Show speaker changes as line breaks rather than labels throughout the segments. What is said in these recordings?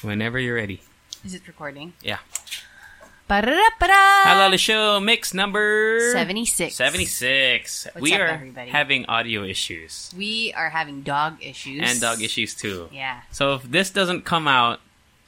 Whenever you're ready.
Is it recording?
Yeah.
Ba-da-da-ba-da!
Hello, the show mix number
76.
76.
What's
we
up,
are
everybody?
having audio issues
We are having dog issues.
and dog issues too.
Yeah.
So if this doesn't come out,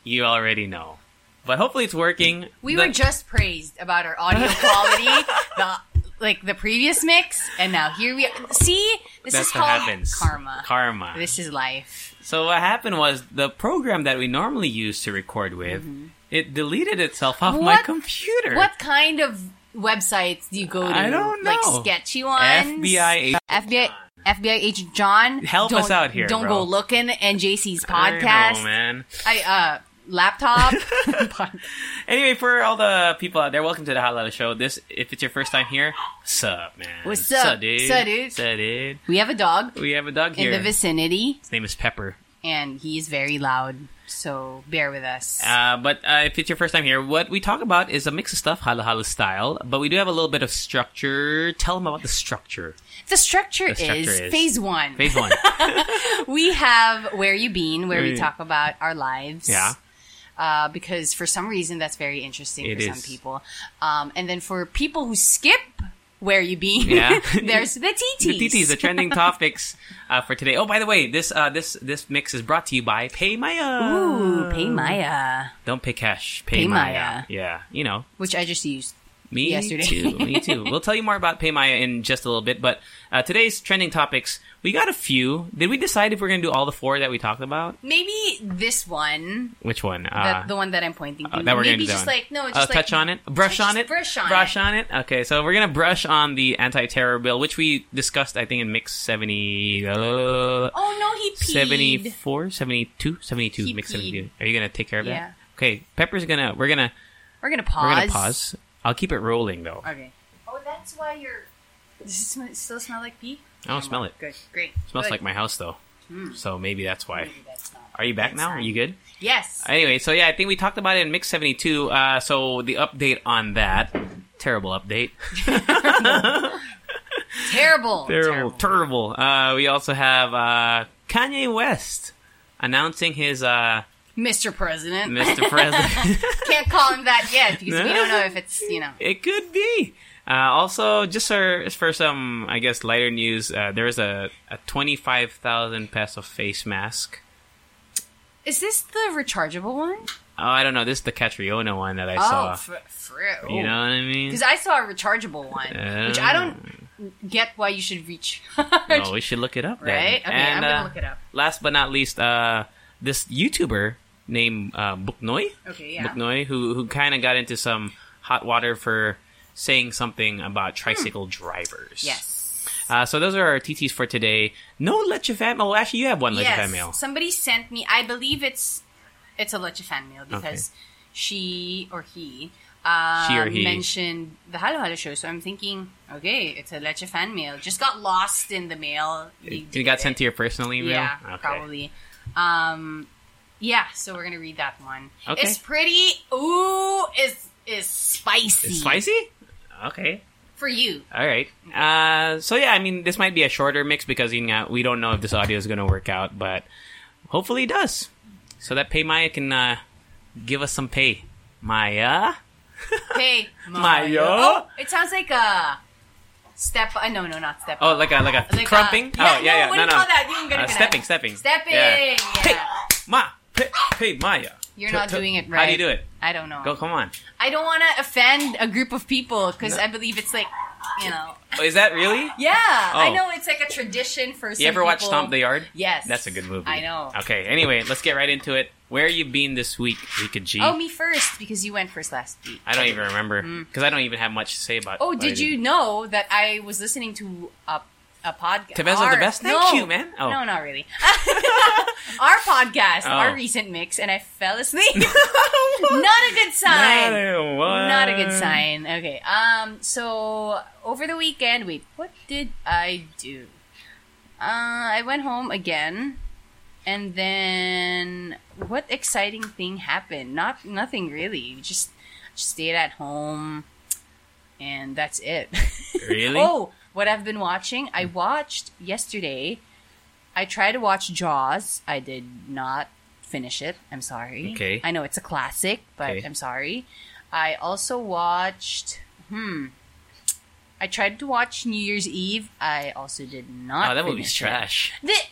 you already know. But hopefully it's working.
We
The-
were just praised about our audio quality, the like the previous mix, and now here we are. See, this
That's
is
what
called
happens.
karma.
Karma.
This is life.
So what happened was the program that we normally use to record with, it deleted itself off my
Mm-hmm. What-
computer.
What kind of websites do you go to?
I don't know.
Like sketchy ones.
FBI.
FBI. FBI agent John,
Help
don't-
us out here,
Don't
bro.
go looking. And JC's
I
podcast.
know, man.
I uh, laptop. Pod-
Anyway, for all the people out there, welcome to the Hot Lotta Show. This, if it's your first time here, sup, man.
What's
Sup,
up?
dude?
Sup, dude?
Sup, dude?
we have a dog
We have a dog
in
here.
the vicinity,
His name is Pepper.
and he's very loud. So bear with us.
Uh, but uh, if it's your first time here, what we talk about is a mix of stuff, halo halo style, but we do have a little bit of structure. Tell them about the structure.
The structure,
The structure
is,
is-
phase one.
Phase one.
we have Where You Been, where we
Mm.
talk about our lives.
yeah.
Uh, because for some reason, that's very interesting
It
for some
is.
people. Um, and then for people who skip Where You Been,
Yeah.
there's the TTs.
The TTs, the trending topics uh, for today. Oh, by the way, this uh, this this mix is brought to you by PayMaya.
Ooh, Pay Maya,
Don't pay cash.
Paymaya.
PayMaya. Yeah, you know,
which I just used.
Me
yesterday.
too. Me too. We'll tell you more about Paymaya in just a little bit, but uh, today's trending topics, we got a few. Did we decide if we're going to do all the four that we talked about?
Maybe this one,
Which one? Uh,
that, the one that I'm pointing to.
uh, that we're
maybe
gonna do
just
that one.
like no, just
Uh,
like,
touch on it, brush
just
on it,
brush on
brush
it.
on it. Okay, so we're gonna brush on the anti-terror bill, which we discussed, I think, in mix 70, uh,
Oh no, he peed.
74, 72, 72,
He
mix
peed.
72. Are you gonna take care of
Yeah.
that? Okay, Pepper's gonna. We're gonna.
We're gonna pause.
We're gonna pause. I'll keep it rolling though.
Okay. Oh, that's why you're. Does it sm- still smell like pee?
I don't smell it.
Good. Great.
Smells
Good.
like my house though. So maybe that's why.
Maybe that's not-
Are you back
that's
now?
not-
Are you good?
Yes.
Anyway, so yeah, I think we talked about it in Mix 72. Uh, so the update on that. Terrible update.
terrible.
Terrible. Terrible. Uh, we also have uh, Kanye West announcing his uh,
Mr. President.
Mr. President.
Can't call him that yet because we don't know if it's you know.
it could be. Uh, also, just for, for some, I guess, lighter news, uh, there is a, a 25,000 peso face mask.
Is this the rechargeable one? Oh,
Oh, I don't know. This is the Catriona one that I saw.
fr- fr-
you know what I mean?
Because I saw a rechargeable one, which I don't get why you should reach.
No, we should look it up, then.
Right? Okay, I'm
And,
gonna
uh,
look it up.
Last but not least, uh, this YouTuber named uh, Buknoy,
Okay, yeah.
Buknoy, who who kind of got into some hot water for saying something about tricycle drivers.
Hmm. Yes.
Uh, so those are our TTs for today. No leche fan mail. Well, actually, you have one leche fan mail.
yes. Somebody sent me. I believe it's it's a Leche fan mail because she or he uh,
She or he.
mentioned the Halo Halo show. So I'm thinking, okay, it's a Leche fan mail. Just got lost in the mail.
It got sent to your personal email.
Yeah,
Okay.
probably. Um, yeah. So we're gonna read that one.
Okay.
It's pretty. Ooh, is is spicy.
It's spicy. Okay.
for you.
All right. Uh, so yeah, I mean, this might be a shorter mix because you know, we don't know if this audio is going to work out, but hopefully it does. So that Pay Maya can uh, give us some pay. Maya,
Hey,
Mayo?
Oh, it sounds like a step. Uh, no, no, not step.
oh, like a like a
Like,
crumping.
uh, yeah,
oh yeah, yeah,
no, what do
no,
you
no.
call that? You can get
Uh,
it connect.
stepping, stepping,
Stepping.
Yeah.
Yeah.
Ma, pay, pay Maya.
You're
T-
not
t-
doing it right.
How do you do it?
I don't know.
Go, come on.
I don't want to offend a group of people because I believe it's like, you know.
Oh, is that really?
Yeah, I
Oh.
know it's like a tradition for some
You ever watch
people.
Stomp the Yard?
Yes.
That's a good movie.
I know.
Okay. Anyway, let's get right into it. Where you been this week, Rika G?
Oh, me first because you went first last week.
I don't even remember because I don't even have much to say about.
Mm. Oh,
what I
did you know that I was listening to a a podcast.
Tevez are the best? Thank
no,
you, man. Oh.
No, not really. our podcast,
Oh.
our recent mix, and I fell asleep. not a good sign. Not a good sign. Okay. Um. So over the weekend, wait, what did I do? Uh, I went home again, and then what exciting thing happened? Not nothing really. We Just just stayed at home, and that's it.
Really?
oh, what I've been watching? I watched yesterday. I tried to watch Jaws. I did not finish it. I'm sorry.
Okay.
I know it's a classic, but
Okay.
I'm sorry. I also watched. Hmm. I tried to watch New Year's Eve. I also did not.
Oh, that movie's
finish it.
trash.
The-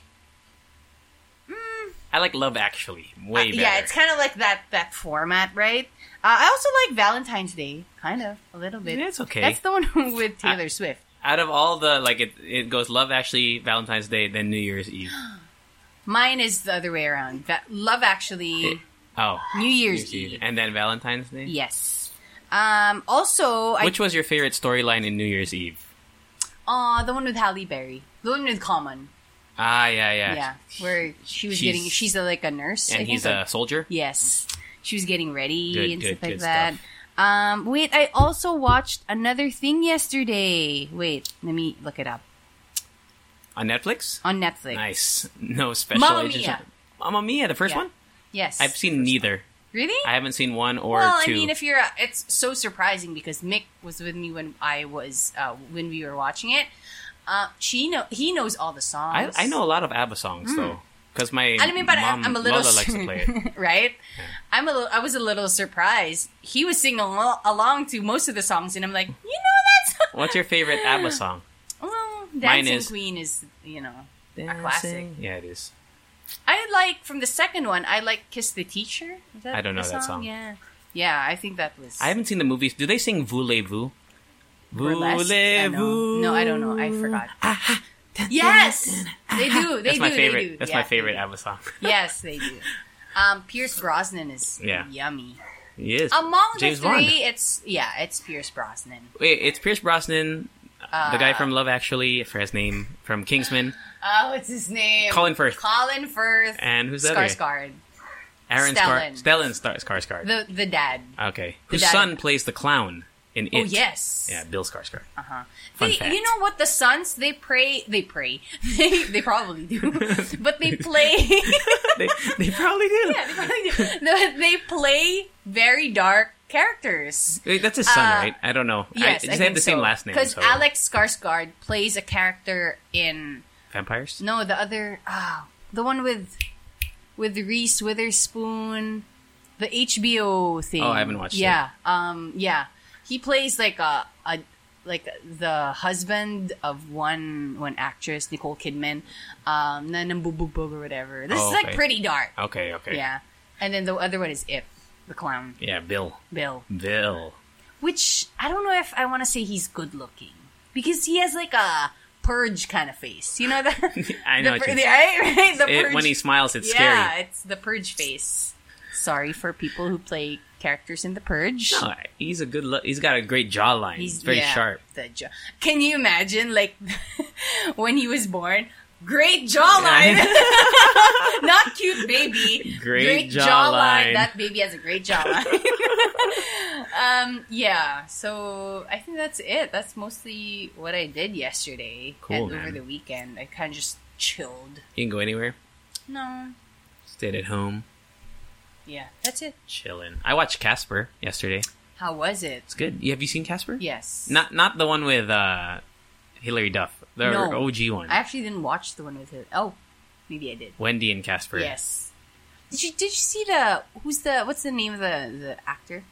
I like Love Actually way better.
uh, yeah, it's kind of like that that format, right? Uh, I also like Valentine's Day, kind of a little bit.
Yeah, it's okay. Ah.
That's the one with Taylor Swift.
Out of all the like, it it goes Love Actually, Valentine's Day, then New Year's Eve.
Mine is the other way around. Va- Love Actually,
It- oh,
New Year's, Eve.
and then Valentine's Day.
Yes. Um, also, I
Which was your favorite storyline in New Year's Eve?
Aw, uh, the one with Halle Berry, the one with Common.
Ah, yeah, yeah,
Yeah, where she was
She's-
getting. She's a, like a nurse, I
And
think,
he's
or-
a soldier.
Yes, she was getting ready
Good,
and
good,
stuff like
good
that.
stuff.
Um, wait, I also watched another thing yesterday. Wait, let me look it up
on Netflix.
on Netflix.
Nice. No special
Mamma
agents.
Mia.
Mamma Mia, the first
Yeah.
one.
Yes,
I've seen neither.
Really?
I haven't seen one or
well,
two.
I mean, if you're, a- it's so surprising because Mick was with me when I was uh, when we were watching it. Uh, she know he knows all the
I,
songs.
I know a lot of ABBA songs though, because my
Hmm. I mean, but I-
mom,
I'm a little
Lola likes to play it.
right? I'm a little, I was a little surprised. He was singing al- along to most of the songs, and I'm like, you know that song?
What's your favorite ABBA song?
Well, Dancing
is-
Queen is you know
A
classic.
Yeah, it is.
I like from the second one. I like Kiss the Teacher. Is that
I don't know
the
that song.
Yeah, yeah, I think that was.
I haven't seen the movies. Do they sing Voulez-vous?
burlesque. I know.
Voulez-vous? Ah,
No, I don't know. I forgot. yes, they do. They
That's
do.
my favorite.
They do.
That's
Yeah,
my
they
favorite
do.
ABBA song.
Yes, they do. Um, Pierce Brosnan is
Yeah.
yummy.
yes.
Among
James
the three,
Bond.
it's yeah, it's Pierce Brosnan.
Wait, it's Pierce Brosnan, the guy from Love Actually, for his name, from Kingsman,
Oh, what's his name?
Colin Firth.
Colin Firth.
and who's that?
Skarsgård.
Aaron
Stellan.
Stellan Star- Skarsgård.
The the dad.
okay, whose
dad.
son plays the clown in It?
Oh yes.
Yeah, Bill Skarsgård.
Uh-huh.
Fun
They,
fact.
you know what? The sons they pray. They pray. They, they probably do, but they play.
they, they probably do.
yeah, they probably do. No, they play very dark characters.
Wait, That's his son,
Uh,
right? I don't know.
Yes,
I,
I,
they have the same last name.
Because
so-
Alex Skarsgård plays a character in
Vampires?
no the other ah the one with with Reese Witherspoon, the HBO thing.
Oh, I haven't watched it.
Yeah, um, yeah, he plays like a, a like the husband of one one actress Nicole Kidman, um, na nambubug or whatever. This
Oh,
is like
okay.
pretty dark.
Okay, okay.
Yeah, and then the other one is Ip, the clown
Yeah, Bill.
Bill
Bill.
which I don't know if I want to say he's good looking because he has like a purge kind of face. You know that?
I know
The
what
pur-
you-
right? right? The
It-
purge.
when he smiles, it's
yeah,
scary.
it's the purge face. Sorry for people who play characters in the purge.
No, he's a good. Lo- he's got a great jawline. He's, very
yeah,
sharp.
The jaw. Can you imagine, like, when he was born?
I
Great jawline,
know.
not cute baby.
Great jawline.
That baby has a great jawline. um, yeah. So I think that's it. That's mostly what I did yesterday
Cool,
and over
man.
the weekend. I kind of just chilled.
you can go anywhere.
No.
Stayed at home,
Yeah, that's it.
chilling. I watched Casper yesterday.
How was it?
It's good. You- Have you seen Casper?
Yes.
Not not the one with uh, Hilary Duff. The
No.
OG one.
I actually didn't watch the one with it. Oh, maybe I did.
Wendy and Casper.
Yes. Did you did you see the who's the what's the name of the the actor?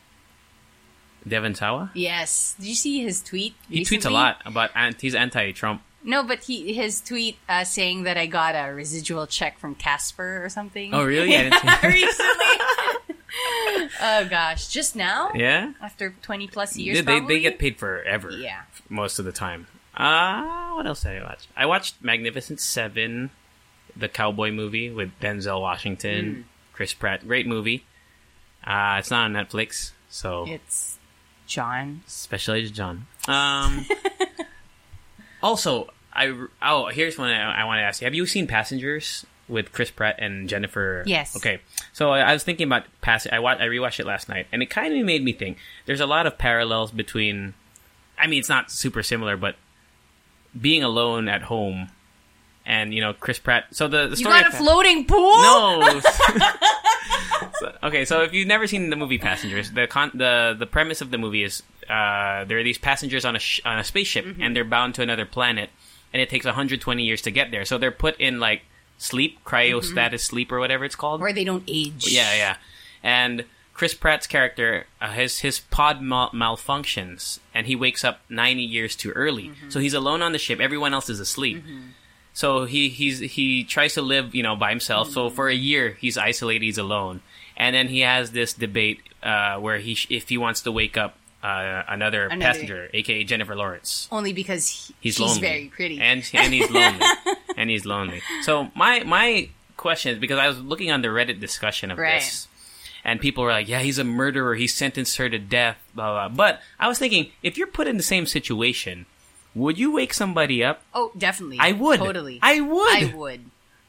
Devon Sawa.
Yes. Did you see his tweet?
He tweets a
recently?
lot about ant- he's anti-Trump.
No, but he his tweet uh, saying that I got a residual check from Casper or something.
Oh, really? I didn't see
Yeah, recently. oh gosh, just now?
Yeah.
After twenty plus years,
They, they,
probably?
they get paid forever.
Yeah.
Most of the time. Uh, what else did I watch? I watched Magnificent Seven, the cowboy movie with Denzel
Hmm.
Washington, Chris Pratt. Great movie. Uh, it's not on Netflix, so
It's John.
Special Agent John. Um, also, I oh here's one I, I want to ask you. Have you seen Passengers with Chris Pratt and Jennifer?
Yes.
Okay. So I, I was thinking about pass. I wa- I rewatched it last night, and it kind of made me think. There's a lot of parallels between. I mean, it's not super similar, but being alone at home, and you know Chris Pratt. So the, the
You
story.
got a
of-
floating pool?
no. So- okay, so if you've never seen the movie Passengers, the con- the the premise of the movie is uh, there are these passengers on a sh- on a spaceship and they're bound to another planet, and it takes 120 years to get there. So they're put in like sleep, cryostatic sleep, or whatever it's called.
Where they don't age.
Yeah, yeah. And Chris Pratt's character, uh, his his pod mal- malfunctions, and he wakes up ninety years too early. So he's alone on the ship. Everyone else is asleep. So he he's he tries to live, you know, by himself. So for a year, he's isolated. He's alone, and then he has this debate uh, where he sh- if he wants to wake up uh, another,
Another-
passenger, aka Jennifer Lawrence
Only because he-
he's
she's
lonely.
very pretty.
and and he's lonely, and he's lonely. So my my question is because I was looking on the Reddit discussion of
Right.
this, and people were like, "Yeah, he's a murderer. He sentenced her to death." Blah blah. But I was thinking, if you're put in the same situation, would you wake somebody up?
oh, definitely.
I would.
Totally.
I would.
I mm-hmm. would.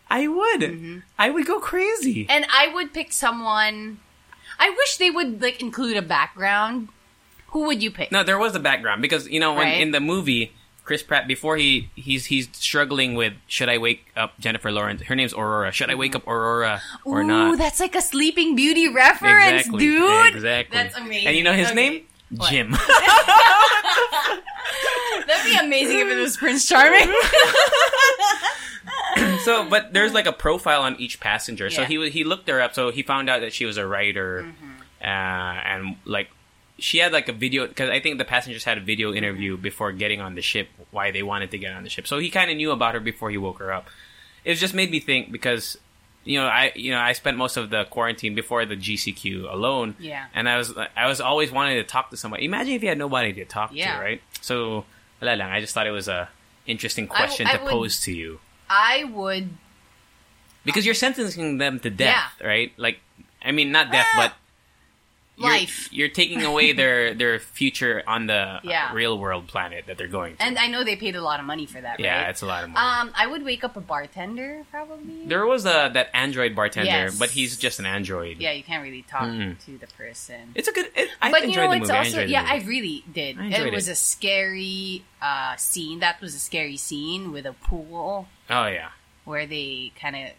I would. I would go crazy.
And I would pick someone. I wish they would like include a background. Who would you pick?
No, there was a background because you know when
Right.
in the movie Chris Pratt before he he's he's struggling with should I wake up Jennifer Lawrence? Her name's Aurora. Should I wake up Aurora or
Ooh,
not?
that's like a Sleeping Beauty reference, dude.
Exactly.
That's amazing.
And you know his
Okay.
name? Jim.
That'd be amazing if it was Prince Charming.
so, but there's like a profile on each passenger. So
Yeah. Mm-hmm.
he wa- he looked her up. So he found out that she was a writer, uh, and like she had like a video because I think the passengers had a video interview
Mm-hmm.
before getting on the ship why they wanted to get on the ship. So he kind of knew about her before he woke her up. It just made me think because you know I you know I spent most of the quarantine before the GCQ alone.
Yeah.
and I was I was always wanting to talk to somebody. Imagine if you had nobody to talk
Yeah.
to, right? So wala lang. I just thought it was a interesting
w-
question
I
to
would-
pose to you
I would.
because you're sentencing them to death, right? Like, I mean, not death,
Ah,
but you're,
life.
You're taking away their their future on the uh,
Yeah.
real world planet that they're going to.
And I know they paid a lot of money for that,
yeah,
right?
it's a lot of money.
Um, I would wake up a bartender, probably.
there was a that android bartender,
Yes.
but he's just an android.
yeah, you can't really talk
Mm.
to the person.
it's a good. It, I
but
enjoyed the
you know, it's
movie. I
also
enjoyed the
yeah,
movie.
I really did.
I
it
enjoyed
was
it.
a scary uh, scene. That was a scary scene with a pool
Oh yeah,
where they kind of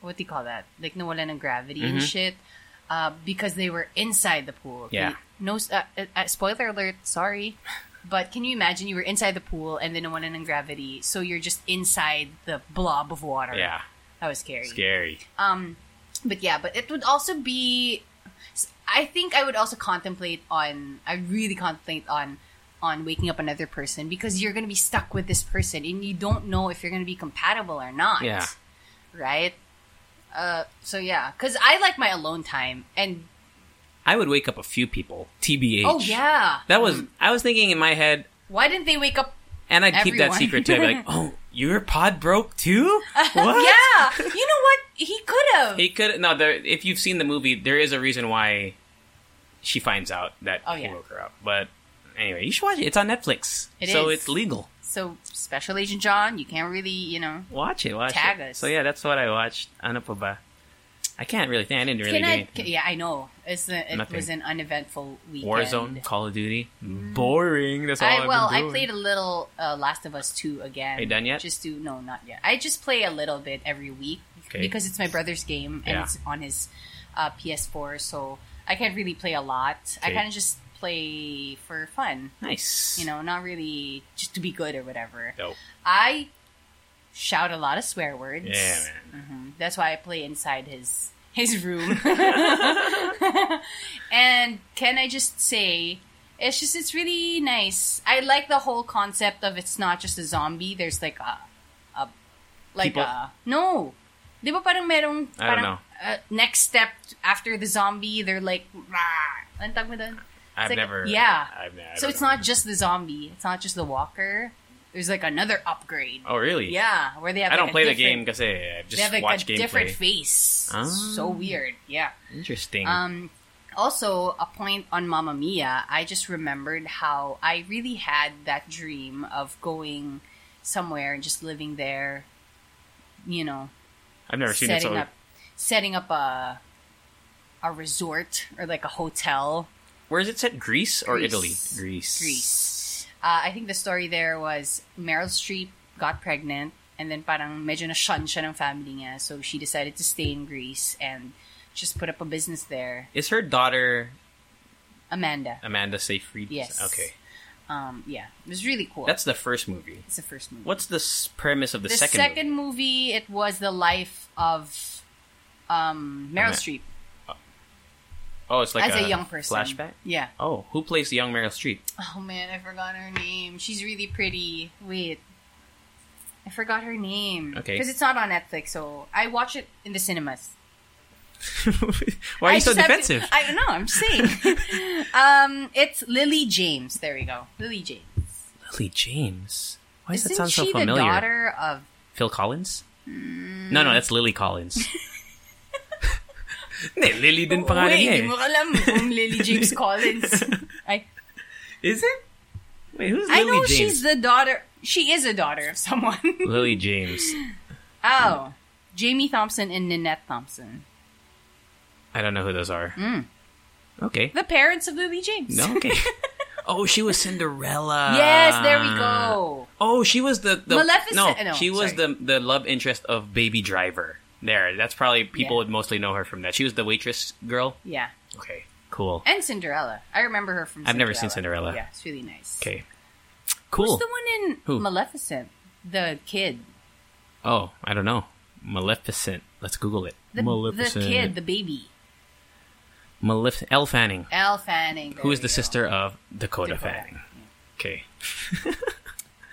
what do you call that? Like nawala ng gravity and
Mhm.
shit. Uh, because they were inside the pool. Can
Yeah.
you- No. s- Uh, uh, uh, spoiler alert. Sorry. But can you imagine you were inside the pool and then nawala ng gravity, so you're just inside the blob of water.
yeah,
That was scary.
scary.
Um, but yeah, but it would also be. I think I would also contemplate on. I really contemplate on on waking up another person because you're going to be stuck with this person and you don't know if you're going to be compatible or not.
Yeah.
Right. Uh. So yeah, because I like my alone time and
I would wake up a few people. Tbh.
oh yeah,
That was. I was thinking in my head,
why didn't they wake up?
and I'd keep that
Everyone.
secret too. I'd be like, oh, your pod broke too. What?
Yeah, you know what? He could have.
He could no. There, if you've seen the movie, there is a reason why she finds out that
Oh,
he
yeah.
woke her up. But anyway, you should watch it. It's on Netflix,
It
so
is.
it's legal.
So Special Agent John, you can't really, you know.
Watch it. Watch
Tag
it.
us.
So yeah, that's what I watched. Ano pa ba? I can't really think. I didn't really
Can
do
I,
anything.
yeah, I know. It's a, it
Nothing.
was an uneventful weekend. Mm.
Warzone, Call of Duty, boring. That's all
I,
have
well,
been
I
doing.
played a little uh, Last of Us 2 again.
Are you done yet?
Just to no, not yet. I just play a little bit every week
Okay.
because it's my brother's game and
Yeah.
it's on his uh, PS4, so I can't really play a lot. I
Okay.
kind of just play for fun,
Nice.
you know, not really just to be good or whatever.
Dope.
I shout a lot of swear words.
Yeah, man.
That's why I play inside his his room. and can I just say it's just it's really nice. I like the whole concept of it's not just a zombie. There's like a a like
People-
a no. Di ba parang merong
I don't
parang, uh, next step after the zombie, they're like rah. Anong tawag mo doon?
I've
like-
never.
yeah.
I've, I
So
don't
it's
know.
not just the zombie. It's not just the walker. There's like another upgrade.
Oh really?
Yeah, where they have
I
like,
don't
a
play the game
different-
because I
they have
just
like
watch
a different
gameplay.
face.
Ah.
So weird. Yeah.
Interesting.
Um, also, a point on Mamma Mia, I just remembered how I really had that dream of going somewhere and just living there, you know,
I've never seen it.
setting
So
up setting up a a resort or like a hotel.
where is it set? Greece or
Greece.
Italy? Greece.
Greece. Uh, I think the story there was Meryl Streep got pregnant and then parang medyo na-shun siya ng family niya. So she decided to stay in Greece and just put up a business there.
Is her daughter
Amanda.
Amanda Seyfried?
Yes.
Okay,
Um, yeah. It was really cool.
that's the first movie.
it's the first movie.
What's the s- premise of the,
the
second?
second,
movie?
movie? it was the life of um,
Ama-
Meryl Streep
Oh, it's like
as a, young person.
flashback.
Yeah.
Oh, who plays the young Meryl Streep?
Oh man, I forgot her name. She's really pretty. Wait. I forgot her name.
Okay.
Because it's not on Netflix, so I watch it in the cinemas.
Why are you
I
so
just have to-
defensive?
I don't know, I'm just saying. um, it's Lily James. There we go. Lily James.
Lily James. Why does that
Isn't
sound so
she
familiar?
the daughter Hmm. of
Phil Collins? No, no, that's Lily Collins. Hindi, Lily din pangalan
Wait,
niya
hindi mo alam kung Lily James Collins. I,
eh. Is it? Wait, who's Lily
I know
James?
she's the daughter. She is a daughter of someone.
Lily James.
oh, Jamie Thompson and Nanette Thompson,
I don't know who those are.
Hmm.
Okay.
the parents of Lily James.
No, okay. oh, she was Cinderella.
Yes, there
Ah.
we go.
Oh, she was the, the
Maleficent-
No,
no,
she was
sorry.
the the love interest of Baby Driver. There, that's probably people
Yeah.
would mostly know her from that. She was the waitress girl.
Yeah,
Okay, cool.
and Cinderella. I remember her from.
I've never seen Cinderella.
Yeah, it's really nice.
Okay, cool.
Who's the one in
Who?
Maleficent? The kid.
Oh, I don't know. Maleficent. Let's Google it.
The,
Maleficent.
the kid, the baby.
Malef- Elle Fanning,
Elle Fanning.
who is the
there you go.
sister of Dakota,
Dakota.
Fanning. Okay.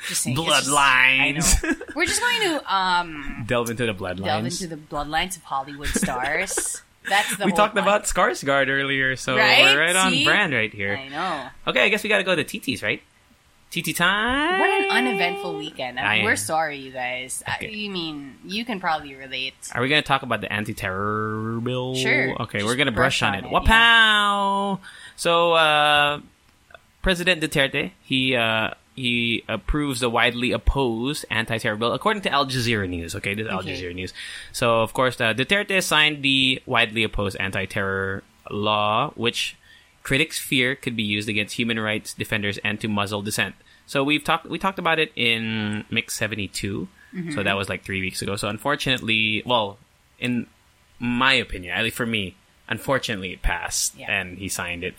Just saying, it's just-
Bloodlines.
I know. We're just going to um,
Delve into the bloodlines.
delve into the bloodlines of Hollywood stars. That's the
we
whole
talked
con-
about Skarsgård earlier, so
Right?
we're right on
See?
brand right here.
I know.
Okay, I guess we got to go to TT's, right? TT time.
What an uneventful weekend. I
I
we're
am.
sorry, you guys. I
Okay.
You mean you can probably relate?
Are we going to talk about the anti-terror bill?
Sure.
Okay,
Just
we're going to
brush
brush on it.
on it,
Wapow! So, uh, President Duterte, he uh, he approves the widely opposed anti-terror bill, according to Al Jazeera News. Okay, this is Al
Okay.
Jazeera News. So, of course, uh, Duterte signed the widely opposed anti-terror law, which critics fear could be used against human rights defenders and to muzzle dissent. So we've talked we talked about it in Mix seventy
Mm-hmm.
So that was like three weeks ago. So unfortunately, well, in my opinion, at least for me, unfortunately, it passed
Yeah.
and he signed it.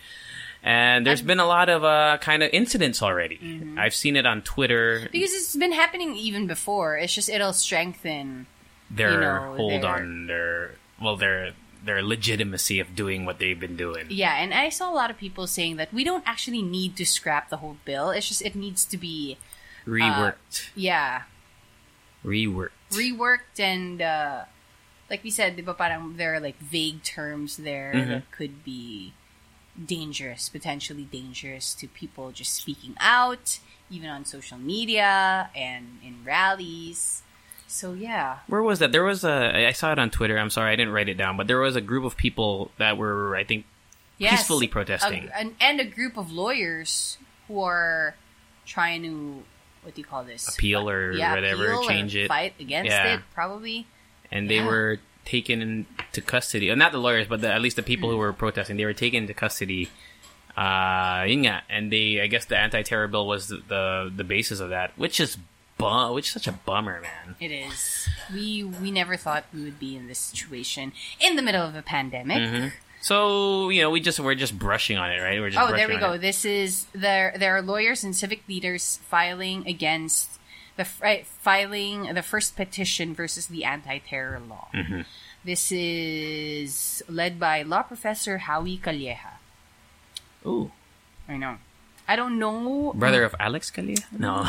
And there's been a lot of uh, kind of incidents already.
Mm-hmm.
I've seen it on Twitter.
Because it's been happening even before. It's just it'll strengthen.
Their
know,
hold
their-
on their well, their their legitimacy of doing what they've been doing.
Yeah, and I saw a lot of people saying that we don't actually need to scrap the whole bill. It's just it needs to be
Reworked,
yeah
reworked.
reworked and uh, like we said, di ba parang there are like vague terms there
Mm-hmm.
that could be dangerous, potentially dangerous to people just speaking out, even on social media and in rallies. So yeah,
Where was that? There was a. I saw it on Twitter. I'm sorry, I didn't write it down, but there was a group of people that were, I think,
yes,
Peacefully
a-
protesting.
an, and a group of lawyers who are trying to what do you call this
Appeal or whatever,
appeal or
change it.
fight against
Yeah.
it, probably.
and they
Yeah.
were taken into custody. Uh, Not the lawyers, but the, at least the people who
Mm.
were protesting. They were taken into custody. Uh, yun nga. and they, I guess, the anti-terror bill was the the, the basis of that, which is bu- which is such a bummer, man.
It is. We we never thought we would be in this situation in the middle of a pandemic.
Mm-hmm. So you know, we just we're just brushing on it, right? We're just
Oh, there
brushing on it.
we go. This is there. There are lawyers and civic leaders filing against the fri- filing the first petition versus the anti-terror law.
Mm-hmm.
This is led by law professor Howie Calleja.
Ooh,
I know. I don't know,
brother of Alex Kalia? No,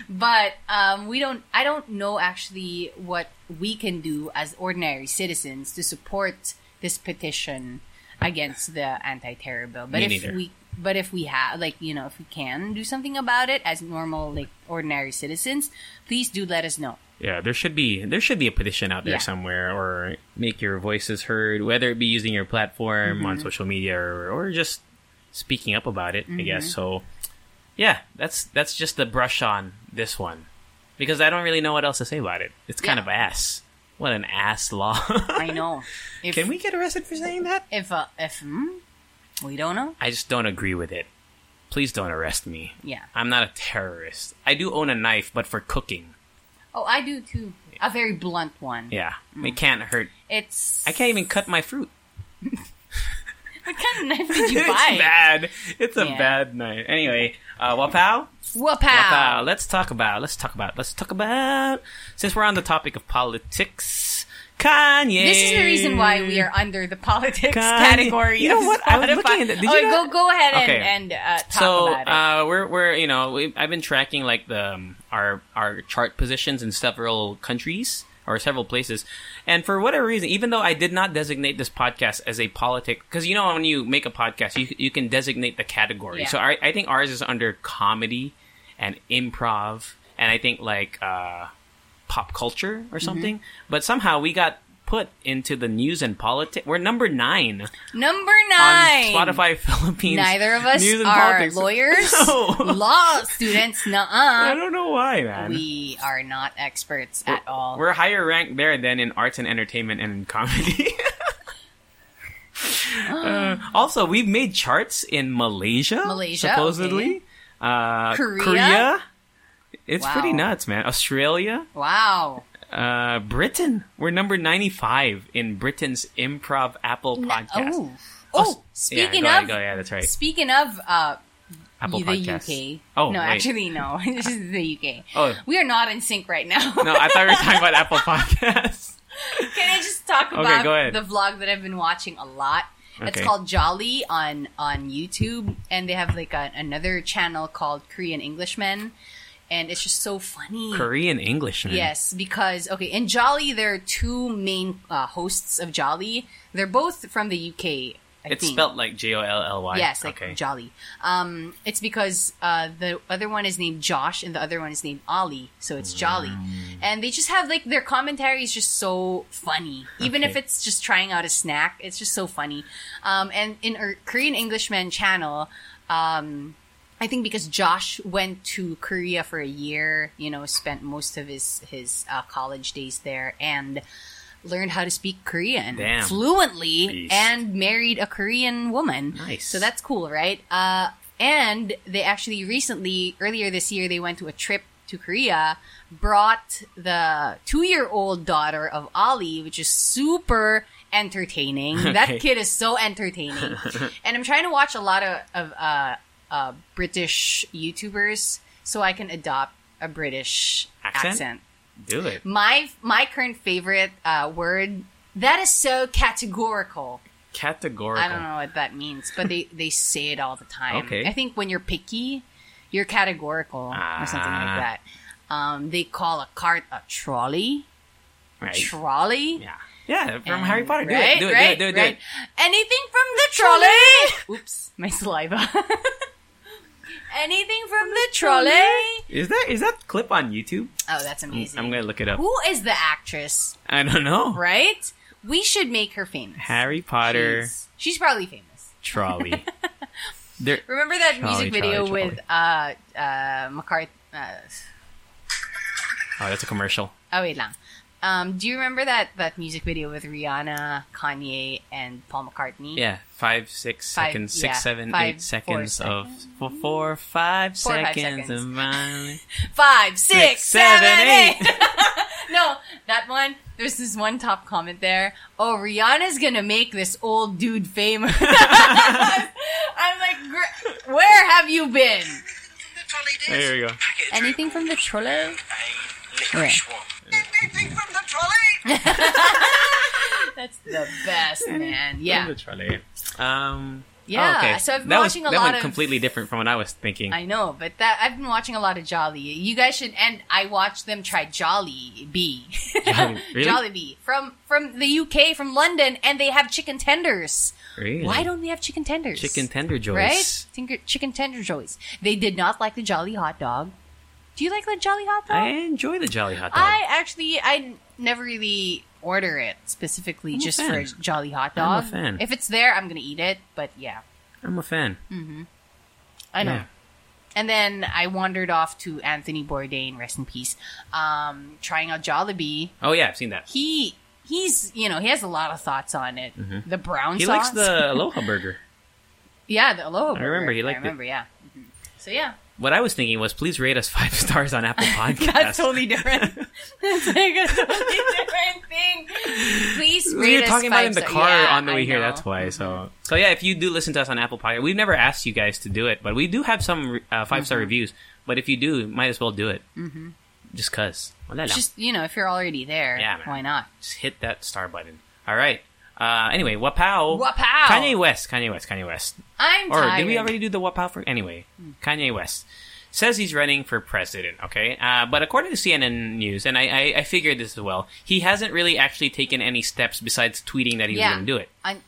but um, we don't. I don't know actually what we can do as ordinary citizens to support this petition against the anti-terror bill. But
Me
if
neither.
we, but if we have, like you know, if we can do something about it as normal, like ordinary citizens, please do let us know.
Yeah, there should be there should be a petition out there
Yeah.
somewhere, or make your voices heard, whether it be using your
Mm-hmm. Mm-hmm.
platform on social media or, or just speaking up about it. I guess so. yeah, that's that's just the brush on this one because I don't really know what else to say about it. It's kind
Yeah.
of ass. What an ass law.
I know. If,
Can we get arrested for saying that?
If uh, if hmm? we don't know.
I just don't agree with it. Please don't arrest me.
Yeah.
I'm not a terrorist. I do own a knife, but for cooking.
Oh, I do too. A very blunt one.
Yeah,
Mm.
it can't hurt.
It's.
I can't even cut my fruit.
What kind of knife did you
it's
buy?
bad. It's a
Yeah.
bad knife. Anyway, uh, Wapow. Wapow.
Wapow.
Let's talk about. Let's talk about. Let's talk about. Since we're on the topic of politics, Kanye.
This is the reason why we are under the politics
Kanye-
category.
You know
of
what? I was
Spotify.
looking at that. Did
Oh,
you know-
go go ahead
Okay.
and, and uh, talk
so
about it.
uh, we're we're you know we, I've been tracking like the um, our our chart positions in several countries or several places, and for whatever reason, even though I did not designate this podcast as a politic, because you know when you make a podcast, you you can designate the category.
Yeah.
So I, I think ours is under comedy and improv, and I think like uh, pop culture
Mm-hmm.
or something. But somehow we got put into the news and politics. We're number nine
Number
on
nine.
Spotify Philippines.
Neither of us
News and
are
politics.
lawyers,
No.
law students.
I
Nuh-uh.
don't know why, man.
We are not experts at all.
We're higher ranked there than in arts and entertainment and in comedy. Uh, also, we've made charts in Malaysia,
Malaysia,
supposedly. Uh,
Korea?
It's
Wow.
pretty nuts, man. Australia,
wow.
uh, Britain. We're number ninety-five in Britain's improv Apple podcast.
Oh.
Aus-
Oh, speaking
yeah, go
of
ahead, go, yeah, that's right.
speaking of uh,
Apple
the
Podcasts.
UK.
Oh,
no,
wait.
actually no. this is the UK.
Oh.
We are not in sync right now.
No, I thought we were talking about Apple Podcasts.
Can I just talk
Okay,
about
go ahead.
the vlog that I've been watching a lot? It's
Okay.
called Jolly on on YouTube, and they have like a, another channel called Korean Englishmen, and it's just so funny.
Korean Englishman.
Yes, because okay, in Jolly there are two main uh, hosts of Jolly. They're both from the UK. I
It's
think.
spelled like J O L L Y.
Yes, like
okay.
Jolly. Um, it's because uh, the other one is named Josh and the other one is named Ollie, so it's Jolly.
Mm.
And they just have like their commentary is just so funny, even if
Okay.
it's just trying out a snack. It's just so funny. Um, and in our Korean Englishman channel, um, I think because Josh went to Korea for a year, you know, spent most of his his uh, college days there, and learned how to speak Korean
Damn.
fluently,
Beast.
and married a Korean woman.
Nice.
So that's cool, right? Uh, and they actually recently, earlier this year, they went to a trip to Korea, brought the two year old daughter of Ali, which is super entertaining.
Okay.
That kid is so entertaining. and I'm trying to watch a lot of, of uh, uh, British YouTubers so I can adopt a British
Accent?
accent.
Do it.
My my current favorite uh, word that is so categorical.
Categorical.
I don't know what that means, but they, they say it all the time.
Okay.
I think when you're picky, you're categorical or something
Ah.
like that. Um, they call a cart a trolley.
Right.
Trolley.
yeah. Yeah, from
And-
Harry Potter. Do
right,
it. Do it.
right,
do it. Do it. Do
right.
it.
Anything from the trolley. Oops, my saliva. Anything from the trolley.
Is that is that clip on YouTube?
Oh, that's amazing.
I'm gonna look it up.
Who is the actress?
I don't know.
Right? We should make her famous.
Harry Potter
She's, she's probably famous.
trolley. there.
Remember that
Trolley,
music video
trolley,
with uh uh McCarthy? Uh,
Oh, that's a commercial.
oh wait, lang. Um, do you remember that that music video with Rihanna, Kanye, and Paul McCartney?
Yeah, five, six
Five-
seconds,
yeah,
six, seven,
five,
eight
four
seconds of four, four, five
Four or five
seconds
seconds.
of mine.
Five, six,
Six,
seven,
seven,
eight. no, that one. There's this one top comment there. Oh, Rihanna's gonna make this old dude famous. I'm like, "Gr- where have you been?
There you go.
Anything from the trolley? Where?
Anything from the trolley?
That's the best, man.
From
Yeah.
the trolley. Um.
Yeah,
oh, okay.
so I've been
that
watching a
was, that
lot
went
of-
completely different from what I was thinking.
I know, but that I've been watching a lot of Jolly. You guys should, and I watched them try Jolly B,
Jolly- really?
Bee from from the UK, from London, and they have chicken tenders.
Really?
Why don't we have chicken tenders?
chicken tender joys?
right? Tinker, chicken tender joys. They did not like the Jolly hot dog. Do you like the Jolly hot dog?
I enjoy the jolly hot dog.
I actually I never really order it specifically
a
just
fan.
for Jolly hot
I'm a
dog.
fan.
If it's there, I'm gonna eat it. But yeah,
I'm a fan.
I know.
Yeah.
And then I wandered off to Anthony Bourdain, rest in peace, um, trying out Jollibee.
Oh yeah, I've seen that.
He he's you know he has a lot of thoughts on it. The brown
Mm-hmm. He likes
sauce.
the Aloha burger.
yeah the aloha.
I remember
burger.
he liked
I
it.
remember yeah. Mhm. So yeah,
What I was thinking was, please rate us five stars on Apple Podcasts.
that's totally different. that's like a totally different thing. Please rate
we were
us
talking about it
five
in the
star-
car
Yeah,
on the way
I
here.
know.
That's why. So, so yeah, if you do listen to us on Apple Podcast, we've never asked you guys to do it, but we do have some uh, five
Mm-hmm.
star reviews. But if you do, might as well do it. Mm-hmm. Just cause. Wala lang.
Just you know, if you're already there,
Yeah, man.
why not?
Just hit that star button. All right. Uh, anyway, wapow.
Wapow!
Kanye West. Kanye West. Kanye West.
I'm
Or
tired. Hmm.
did we already do the wapow for? Anyway, Kanye West says he's running for president. Okay, uh, but according to CNN News, and I, I, I figured this as well, he hasn't really actually taken any steps besides tweeting that he was
Yeah.
going to do it.
Un-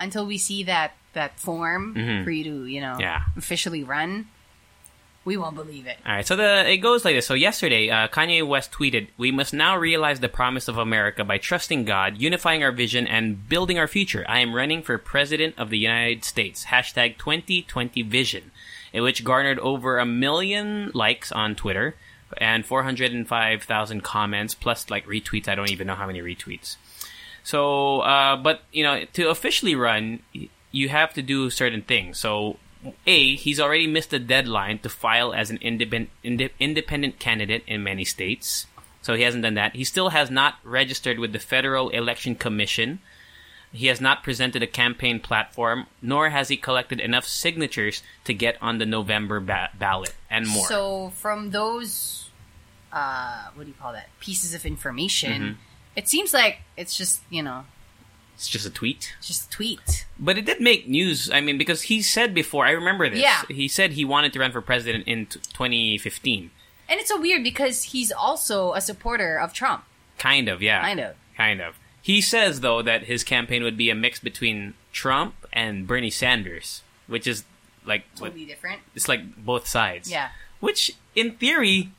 until we see that that form for you to you know
Mm-hmm. Yeah.
officially run, we won't believe it.
All right, so the it goes like this. So yesterday, uh, Kanye West tweeted, "We must now realize the promise of America by trusting God, unifying our vision, and building our future. I am running for president of the United States. Hashtag 2020 Vision," eh, which garnered over a million likes on Twitter and 405,000 comments, plus like retweets. I don't even know how many retweets. So, uh, but you know, to officially run, y- you have to do certain things. So, a he's already missed the deadline to file as an independent independent candidate in many states. So he hasn't done that. He still has not registered with the Federal Election Commission. He has not presented a campaign platform, nor has he collected enough signatures to get on the November ba- ballot and more.
So from those, uh, what do you call that? Pieces of information.
Mm-hmm.
It seems like it's just you know
it's just a tweet.
it's just a tweet.
But it did make news. I mean, because he said before, I remember this.
Yeah.
He said he wanted to run for president in t- 2015.
And it's so weird because he's also a supporter of Trump.
Kind of, yeah.
Kind of.
Kind of. He says, though, that his campaign would be a mix between Trump and Bernie Sanders, which is like, what-
Totally different.
it's like both sides.
Yeah.
Which, in theory,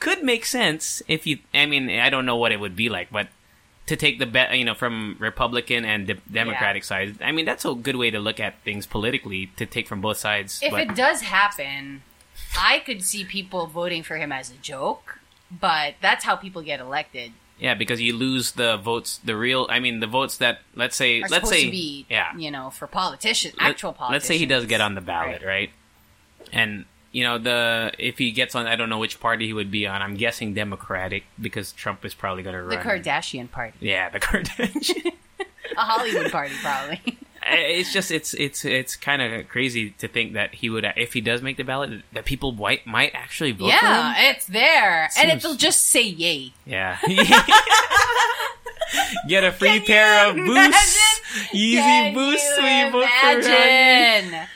could make sense if you, I mean, I don't know what it would be like, but to take the bet, you know, from Republican and de- Democratic sides, I mean, that's a good way to look at things politically, to take from both sides.
If
but-
it does happen, I could see people voting for him as a joke. But that's how people get elected.
Yeah, because you lose the votes, the real. I mean, the votes that let's say,
Are
let's
supposed
say,
to be,
yeah,
you know, for politicians,
Let-
actual politicians.
Let's say he does get on the ballot, right? And you know the if he gets on, I don't know which party he would be on. I'm guessing Democratic because Trump is probably going to
the
run.
Kardashian party.
Yeah, the Kardashian.
a Hollywood party, probably.
I- it's just it's it's it's kind of crazy to think that he would if he does make the ballot that people might might actually vote for him.
yeah, it's there, and
Seems-
it'll just say yay.
Yeah. Get a free pair of boots, easy
Can
boots.
you
when you vote for Rodney.
imagine?
Eh,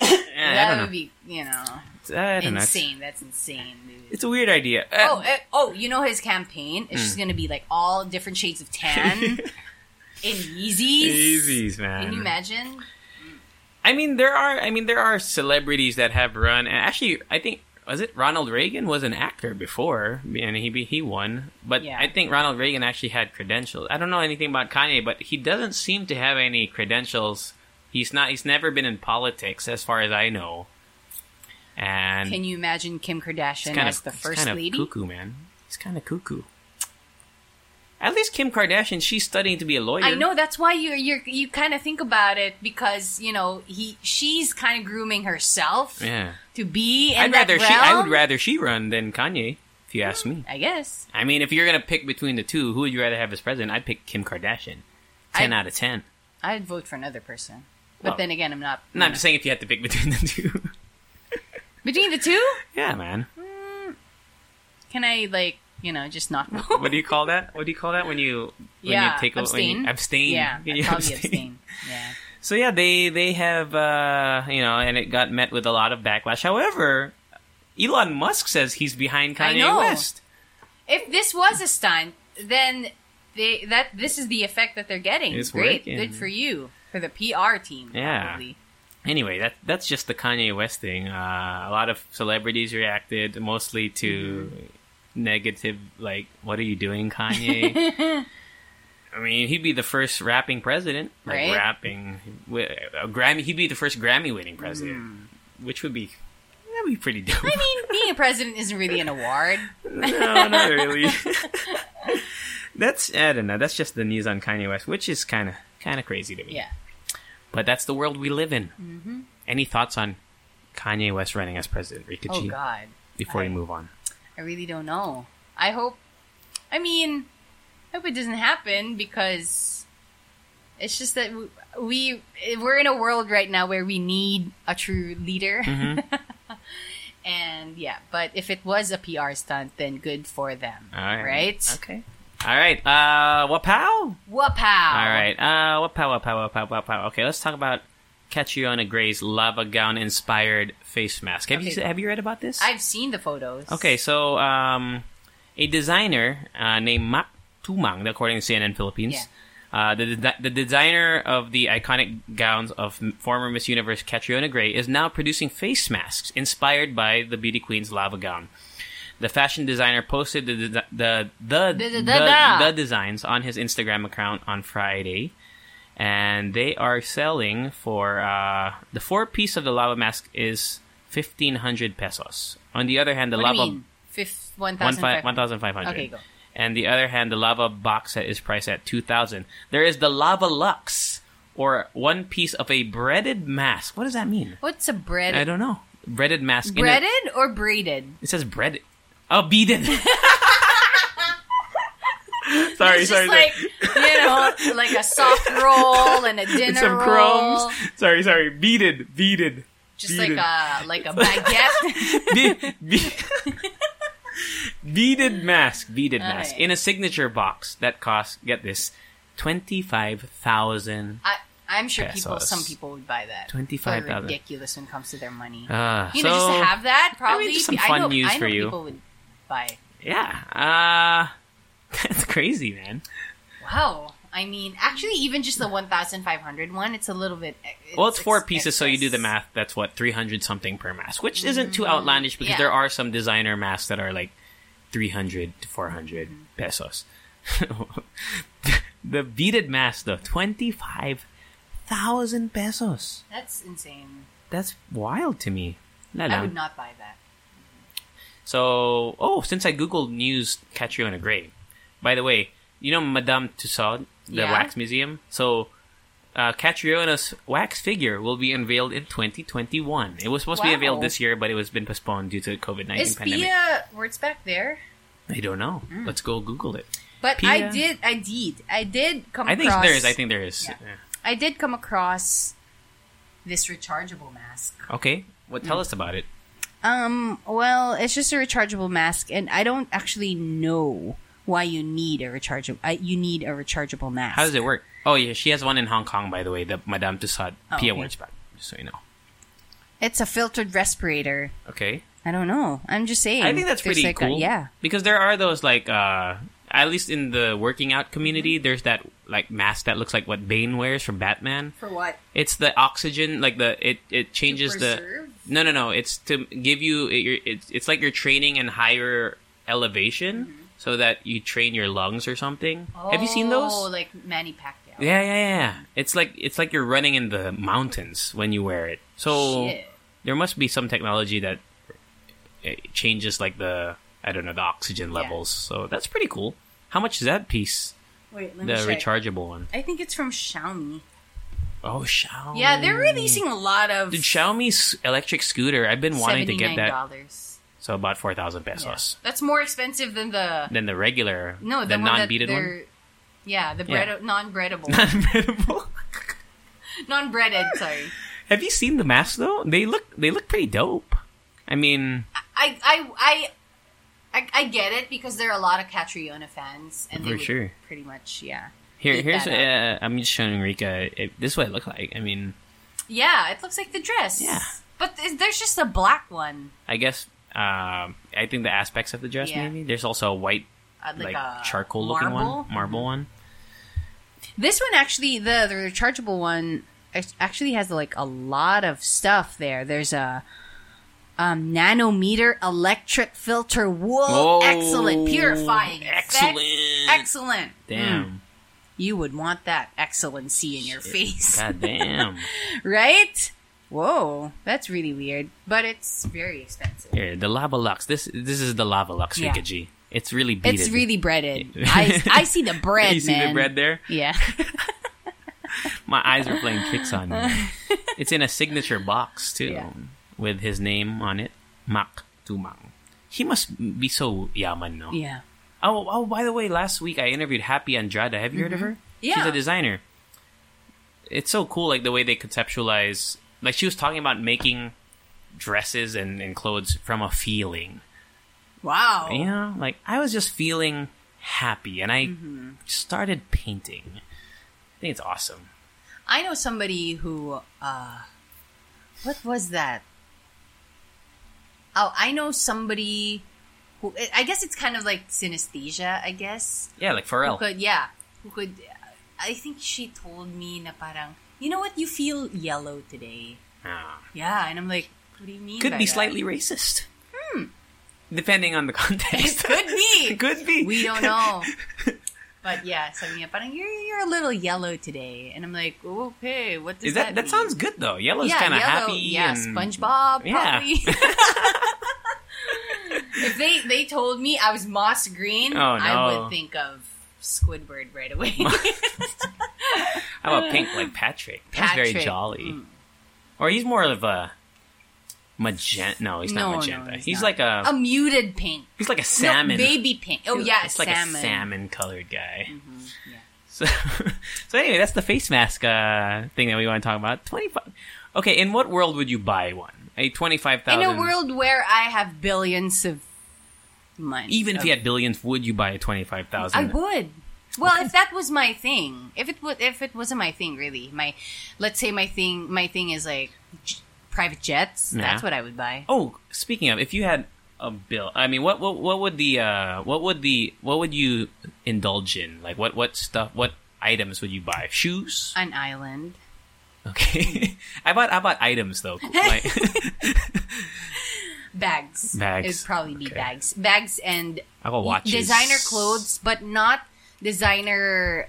I
That
don't know.
would be, you know,
I don't know. It's-
insane. That's insane. dude.
It's a weird idea.
Oh,
Uh,
eh, oh, you know his campaign is
Hmm.
just going to be like all different shades of tan in Yeezys.
Yeezys,
Can you
man.
imagine?
I mean, there are. I mean, there are celebrities that have run, and actually, I think was it Ronald Reagan was an actor before, and he he won. But
Yeah.
I think Ronald Reagan actually had credentials. I don't know anything about Kanye, but he doesn't seem to have any credentials. He's not. He's never been in politics, as far as I know. And
Can you imagine Kim Kardashian as the
he's
first
kind
lady?
Of cuckoo, man. He's kind of cuckoo. At least Kim Kardashian, she's studying to be a lawyer.
I know that's why you you you kind of think about it because you know he she's kind of grooming herself
Yeah.
to be. In
I'd
that
rather she. I would
realm.
rather she run than Kanye. If you ask me,
I guess.
I mean, if you're gonna pick between the two, who would you rather have as president? I'd pick Kim Kardashian. Ten
I-
out of ten.
I'd vote for another person. But
Well,
then again, I'm not.
No, I'm just saying if you had to pick between the two.
Between the two,
yeah, man.
can I, like, you know, just not vote?
What do you call that? What do you call that when you when
yeah,
you take a-
abstain.
When you, abstain?
Yeah,
When you
I'd probably abstain. Yeah.
So yeah, they they have uh, you know, and it got met with a lot of backlash. However, Elon Musk says he's behind
I
Kanye
know.
West.
If this was a stunt, then they that this is the effect that they're getting.
It's
Great,
working.
good for you for the PR team.
Yeah.
probably.
Anyway, that that's just the Kanye West thing. Uh, a lot of celebrities reacted mostly to negative, like, "What are you doing, Kanye?" I mean, he'd be the first rapping president, like
Right.
rapping wi- a Grammy. He'd be the first Grammy-winning president, which would be that'd be be pretty dope.
Mm. I mean, being a president isn't really an award.
no, not really. that's I don't know. That's just the news on Kanye West, which is kind of kind of crazy to me.
Yeah. Mm-hmm.
But that's the world we live in. Any thoughts on Kanye West running as president,
Oh
Rikichi?
God,
before we
I-
move on,
I really don't know. I hope. I mean, I hope it doesn't happen because it's just that w- we we're in a world right now where we need a true leader.
Mm-hmm.
and yeah, but if it was a PR stunt, then good for them,
all right?
right?
Okay. All right. Uh, wapow.
Wapow!
All right. Uh, wapow, wapow, wapow, wapow. Okay, let's talk about Catriona Gray's lava gown inspired face mask. Have you
Okay.
have you read about this?
I've seen the photos.
Okay, so um, a designer uh, named Mak Tumang, according to CNN Philippines, uh, the, de- the designer of the iconic gowns of m- former Miss Universe Catriona Gray is now producing face masks inspired by the beauty queen's lava gown. The fashion designer posted the the the, the,
Da, da,
the,
da, da.
the designs on his Instagram account on Friday, and they are selling for uh, the four piece of the lava mask is fifteen hundred pesos. On the other hand, the
What do
lava
you mean? Fif-
one fi-
1,500.
1,500.
Okay, go.
And the other hand, the lava box set is priced at 2,000. There is the lava lux, or one piece of a breaded mask. What does that mean?
What's a bread?
I don't know. Breaded mask. In
breaded
it,
or braided?
it says bread. Oh, beaded. sorry,
It's
sorry.
just like you know, like a soft roll and a dinner
sorry. Some
roll,
crumbs. Sorry, sorry. Beaded, beaded.
just
Beaded.
like a like a baguette.
Be- be- beaded mask, beaded mask
Alright.
in a signature box that costs. Get this, twenty five thousand.
I, I'm sure people,
Pesos.
some people would buy that.
$25,000.
They're ridiculous when it comes to their money.
Uh,
you
so
know, just to have that probably.
just some
I
fun
know,
news
I know
for you.
People would buy. it.
yeah, uh, that's crazy, man.
Wow. I mean, actually, even just the 1,500 one, it's a little bit.
Well, it's four
ex-
pieces, so you do the
excess.
math. That's what three hundred something per mask, which isn't too outlandish because
Mm, yeah.
there are some designer masks that are like three hundred to four
Mm-hmm.
pesos. the beaded mask, though, twenty five thousand pesos.
That's insane.
That's wild to me. La
I
lang.
would not buy that.
So, oh, since I googled news Catriona Gray. By the way, you know Madame Tussaud, the
Yeah.
wax museum? So, uh, Catriona's wax figure will be unveiled in 2021. It was supposed to be
Wow.
unveiled this year, but it was been postponed due to COVID-19
Is
pandemic.
Pia Hmm. Wurzbach there?
I don't know. Let's go Google it.
But
Pia?
I did, I did, I did come
I think
across.
there is. I think there is.
Yeah. I did come across this rechargeable mask.
Yeah. Okay. Well,
Hmm.
tell us about it.
Um, well, it's just a rechargeable mask, and I don't actually know why you need a rechargeable. Uh, you need a rechargeable mask.
How does it work? Oh, yeah. She has one in Hong Kong, by the way, the Madame Tussaud
Oh,
Pia
okay.
Wurtzbach, just so you know.
It's a filtered respirator.
Okay.
I don't know. I'm just saying.
I think that's
There's
pretty
like a-
cool.
yeah.
because there are those like, uh, at least in the working out community, there's that like mask that looks like what Bane wears from Batman.
For what?
It's the oxygen, like the it it changes the.
preserve?
No, no, no. It's to give you it, your, it's it's like you're training in higher elevation.
Mm-hmm.
So that you train your lungs or something. Have you seen those?
Oh, like Manny Pacquiao.
yeah, yeah, yeah. It's like it's like you're running in the mountains when you wear it. So
Shit.
there must be some technology that it changes like the I don't know the oxygen levels. So that's pretty cool. How much is that piece?
Wait, let
The
me check.
rechargeable one.
I think it's from Xiaomi.
Oh, Xiaomi.
Yeah, they're releasing a lot of
Dude, Xiaomi's electric scooter. I've been wanting to get that.
dollars.
So about four thousand pesos.
That's more expensive than the
Then the regular,
No, the,
the
one that
non-beaded one.
they're- Yeah, the
Yeah.
bread non-breadable, non-breaded. Sorry,
Have you seen the mask though? They look they look pretty dope. I mean,
I, I, I, I, I get it because there are a lot of Catriona fans, and they
For
would
sure.
pretty much, yeah,
here
Eat
here's uh,
that
I'm just showing Rika. It, this is what it looked like. I mean,
yeah. It looks like the dress,
Yeah.
But th- there's just a black one,
I guess um I think the aspects of the dress
Yeah.
maybe. There's also a white
uh,
like,
like, a
charcoal looking
marble.
one, marble one.
This one actually, the the rechargeable one act- actually has like a lot of stuff there. There's a um, nanometer electric filter. Whoa,
Whoa,
Oh, excellent purifying, effect.
Oh, excellent.
excellent. Mm.
Damn,
You would want that excellency in your face,
god damn.
right? Whoa, that's really weird, but it's very expensive.
Here, the lava lux. This this is the lava lux,
Yeah.
Rika G. It's really beat
It's
it.
really breaded. I, I see the bread,
You see
man.
the bread there?
Yeah.
My eyes are playing tricks on me. it's in a signature box too,
Yeah.
with his name on it, Mak Tumang. He must be so yaman, no?
Yeah.
Oh, oh, by the way, last week I interviewed Happy Andrada. Have you heard of her?
Mm-hmm. Yeah.
She's a designer. It's so cool, like, the way they conceptualize. Like, she was talking about making dresses and, and clothes from a feeling.
Wow.
You know, like, I was just feeling happy and I
Mm-hmm.
started painting. I think it's awesome.
I know somebody who uh what was that? Oh, I know somebody who I- I guess it's kind of like synesthesia, I guess.
Yeah, like
Who
Pharrell.
could yeah, who could I think she told me na parang, you know what, you feel yellow today.
Ah.
Yeah, and I'm like, what do you mean?
Could
by
be
that?
slightly racist. Hmm. Depending on the context.
Could be.
Could be.
We don't know. But yeah, so yeah, parang you're you're a little yellow today, and I'm like, okay, what does
Is that, that
mean?
sounds good though. Yellow's
yeah,
kind of
yellow,
happy.
Yeah,
and-
SpongeBob.
Yeah.
Probably. if they they told me I was moss green,
Oh,
I
no.
would think of Squidward right away.
How about pink like Patrick? That's very
Uh, Patrick. Mm.
jolly. Or he's more of a magenta. No, he's not
No, no,
magenta.
he's
he's
not.
like a
a muted pink,
he's like a
No,
salmon.
baby pink. Oh yeah,
it's like
salmon. Mm-hmm,
a salmon colored guy.
yeah.
So, so anyway, that's the face mask uh, thing that we want to talk about. Twenty five. Okay, in what world would you buy one? A twenty five
In
thousand.
a world where I have billions of money,
even if
of-
you had billions, would you buy a twenty five thousand?
I would. Well, if that was my thing, if it was, if it wasn't my thing, really, my let's say my thing, my thing is like j- private jets.
Yeah.
That's what I would buy.
Oh, speaking of, if you had a bill, I mean, what what what would the uh, what would the what would you indulge in? Like, what what stuff? What items would you buy? Shoes?
An island.
Okay, I bought I bought items though. Like,
Bags.
Bags.
It'd probably be
Okay.
bags. Bags and
I got watches,
designer clothes, but not designer.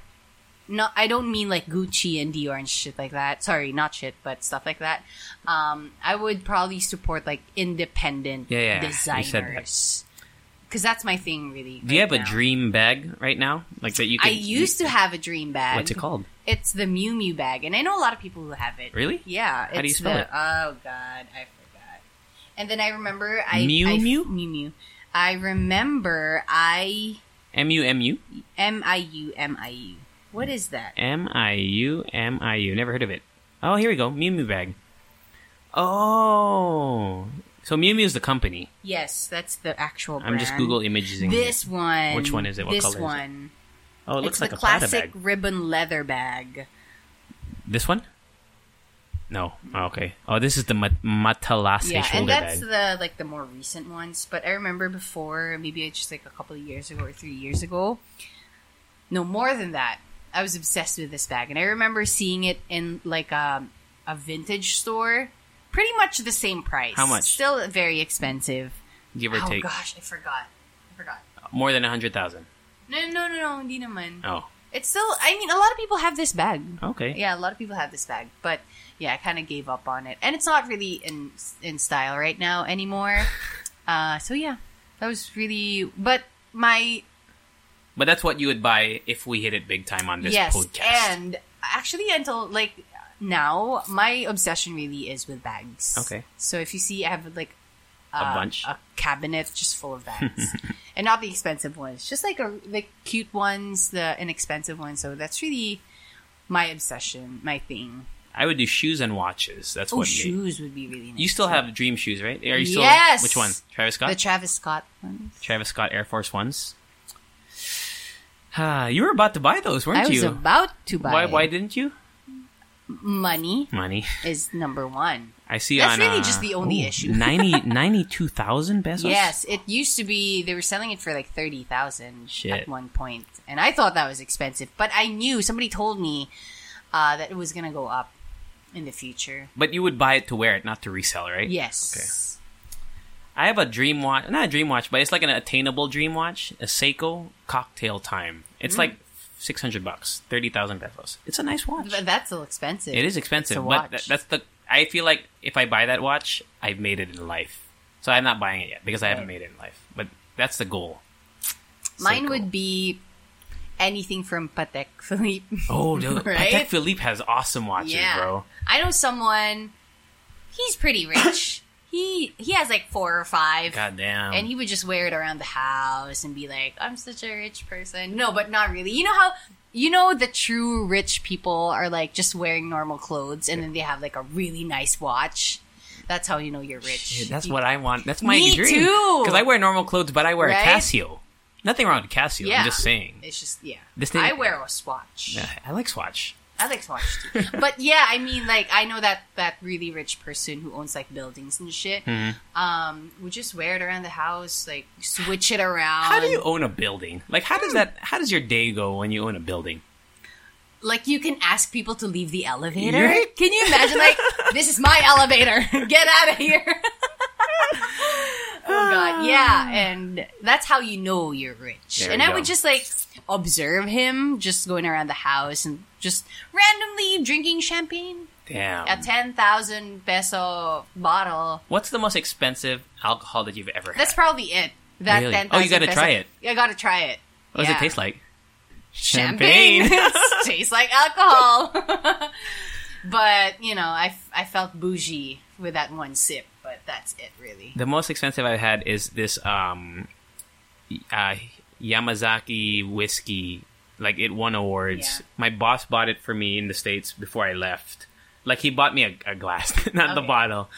No, I don't mean like Gucci and Dior and shit like that. Sorry, not shit, but stuff like that. Um, I would probably support like independent
Yeah, yeah, you said that.
designers because that's my thing, really.
Do you have
right
a
now.
dream bag right now? Like that you? Could,
I used to have a dream bag.
What's it called?
It's the Mew Mew bag, and I know a lot of people who have it.
Really?
Yeah.
How do you
it's
spell
the-
it?
Oh God, I forgot. And then I remember I
Mew
I,
Mew?
Mew Mew. I remember I
M U M U
M I U M I U. What is that?
M I U M I U. Never heard of it. Oh, here we go. Mew Mew bag. Oh, so Mew Mew is the company.
Yes, that's the actual. Brand.
I'm just Google imaging
This one.
Which one is it? What
this
color is it?
one.
Oh, it looks
it's
like
the
a Prada
classic
bag.
ribbon leather bag.
This one? No. Oh, okay. Oh, this is the Mat- Matalase
yeah,
shoulder
and that's
bag.
the like the more recent ones. But I remember before, maybe just like a couple of years ago or three years ago, no more than that. I was obsessed with this bag, and I remember seeing it in like a a vintage store, pretty much the same price.
How much?
Still very expensive.
Give or
Oh
take
gosh, I forgot. I forgot.
more than a hundred thousand.
No, no, no, no, hindi naman.
Oh,
It's still. I mean, a lot of people have this bag.
okay.
Yeah, a lot of people have this bag, but yeah, I kind of gave up on it, and it's not really in in style right now anymore. Uh, so yeah, that was really. But my
But that's what you would buy if we hit it big time on this
yes,
podcast.
and actually until like now, my obsession really is with bags.
Okay.
So if you see, I have like a,
bunch?
a cabinet just full of bags, and not the expensive ones, just like a like cute ones, the inexpensive ones. So that's really my obsession, my thing.
I would do shoes and watches. That's
Oh,
what me.
shoes would be really nice.
You still have dream shoes, right? Are you still
Yes!
which one? Travis Scott?
The Travis Scott ones.
Travis Scott Air Force Ones. Ah, you were about to buy those, weren't
I was
you?
about to buy.
why why didn't you?
Money
Money.
is number one.
I see
That's
on
really
uh,
just the only issue.
90 92,000 pesos?
Yes, it used to be they were selling it for like thirty thousand at
Shit.
one point, and I thought that was expensive. But I knew somebody told me uh, that it was going to go up in the future.
But you would buy it to wear it, not to resell, right?
Yes.
I have a dream watch,
Mm.
not a dream watch, but it's like an attainable dream watch, a Seiko cocktail time. It's like six hundred bucks, thirty thousand pesos. It's a nice watch.
But that's still expensive.
It is expensive,
It's a
but
watch.
that, that's the. I feel like if I buy that watch, I've made it in life. So I'm not buying it yet because I haven't
Right.
made it in life. But that's the goal.
Mine
Seiko.
would be anything from Patek Philippe.
Oh, dude,
Right?
Patek Philippe has awesome watches, bro.
I know someone. He's pretty rich. he he has like four or five.
God damn.
and he would just wear it around the house and be like, "I'm such a rich person." No, but not really. You know how you know the true rich people are like just wearing normal clothes, and then they have like a really nice watch. That's how you know you're rich.
Shit, that's what I want. That's my
Me
dream.
too.
Because I wear normal clothes, but I wear
Right?
a Casio. Nothing wrong with Casio. I'm just saying.
It's just yeah.
This thing-
I wear a Swatch.
Yeah, I like Swatch.
I like Swatch too. but yeah, I mean, like I know that that really rich person who owns like buildings and shit
Mm-hmm.
um, would just wear it around the house, like switch it around.
How do you own a building? Like, how
hmm.
does that? How does your day go when you own a building?
like you can ask people to leave the elevator.
Right?
Can you imagine? Like this is my elevator. Get out of here. oh god, yeah, and that's how you know you're rich.
There
and
we
I
go.
would just like observe him just going around the house and just randomly drinking champagne.
Damn.
A ten thousand peso bottle.
What's the most expensive alcohol that you've ever had?
That's probably it. That
Really?
ten thousand.
Oh, you gotta try it.
I gotta try it.
what does
yeah.
it taste like?
champagne. Tastes like alcohol. but, you know, I, I felt bougie with that one sip, but that's it, really.
the most expensive I've had is this um, uh, Yamazaki whiskey. Like it won awards.
Yeah.
My boss bought it for me in the states before I left. Like he bought me a, a glass, not the
Okay.
bottle.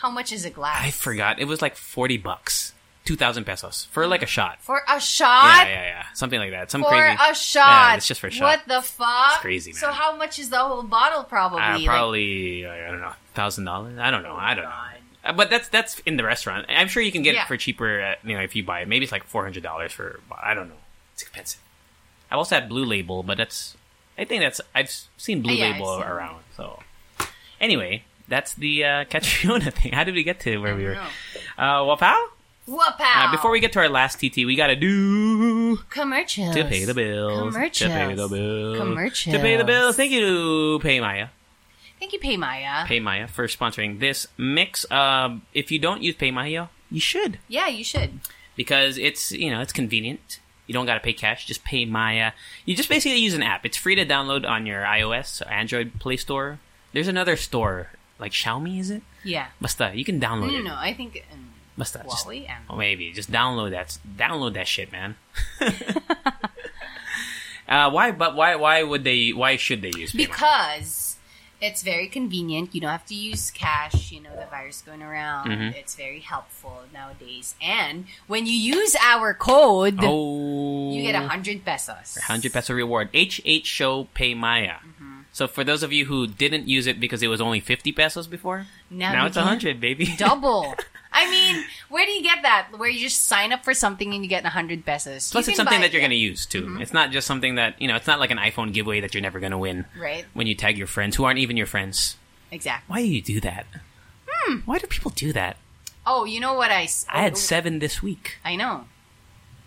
How much is a glass?
I forgot. It was like forty bucks, two thousand pesos for like a shot.
For a shot?
yeah, yeah, yeah, something like that. Some
For
crazy.
a shot.
Yeah, it's just for a shot.
What the fuck?
It's crazy,
So,
man.
how much is the whole bottle, probably?
Uh,
Like,
probably I don't know, thousand dollars. I don't know. I don't know. Uh, But that's that's in the restaurant. I'm sure you can get
Yeah.
it for cheaper. At, you know, if you buy it, maybe it's like four hundred dollars for. I don't know. It's expensive. I've also had Blue Label, but that's. I think that's I've s- seen Blue
Oh, Yeah, I've
Label
seen-
around. So, anyway, that's the uh, Catriona thing. How did we get to where we were?
no.
Uh, Wapow?
Whoop
Uh, before we get to our last TT, we gotta do
Commercials.
to pay the bills.
Commercials.
To pay the bills.
Commercials.
To pay the bills. Thank you, Pay Maya.
Thank you, Paymaya.
Paymaya for sponsoring this mix. Um, if you don't use Paymaya, you should
yeah, you should.
because it's you know it's convenient. You don't got to pay cash. Just pay Maya. You just basically use an app. It's free to download on your iOS, or Android Play Store. There's another store like Xiaomi, is it?
Yeah.
Basta, you can download
No, no,
it.
no. I think. Um,
Basta, Oh, just,
Huawei and-
oh, maybe just download that. Download that shit, man. uh, why? But why? Why would they? Why should they use? Paymaya?
because it's very convenient. You don't have to use cash. You know, the virus going around.
Mm-hmm.
It's very helpful nowadays. And when you use our code,
oh,
you get a hundred pesos.
100 peso reward. HH Show Pay Maya.
Mm-hmm.
So for those of you who didn't use it because it was only 50 pesos before,
Now
now,
you
it's
can
100, baby.
double. I mean, where do you get that? Where you just sign up for something and you get a hundred pesos.
Plus
You
it's
can
something
buy- Mm-hmm.
that you're going to use too. It's not just something that, you know, it's not like an iPhone giveaway that you're never going to win.
Right.
When you tag your friends who aren't even your friends.
Exactly.
Why do you do that? Hmm. Why do people do that?
Oh, you know what I? s- oh,
I had 7 this week.
I know.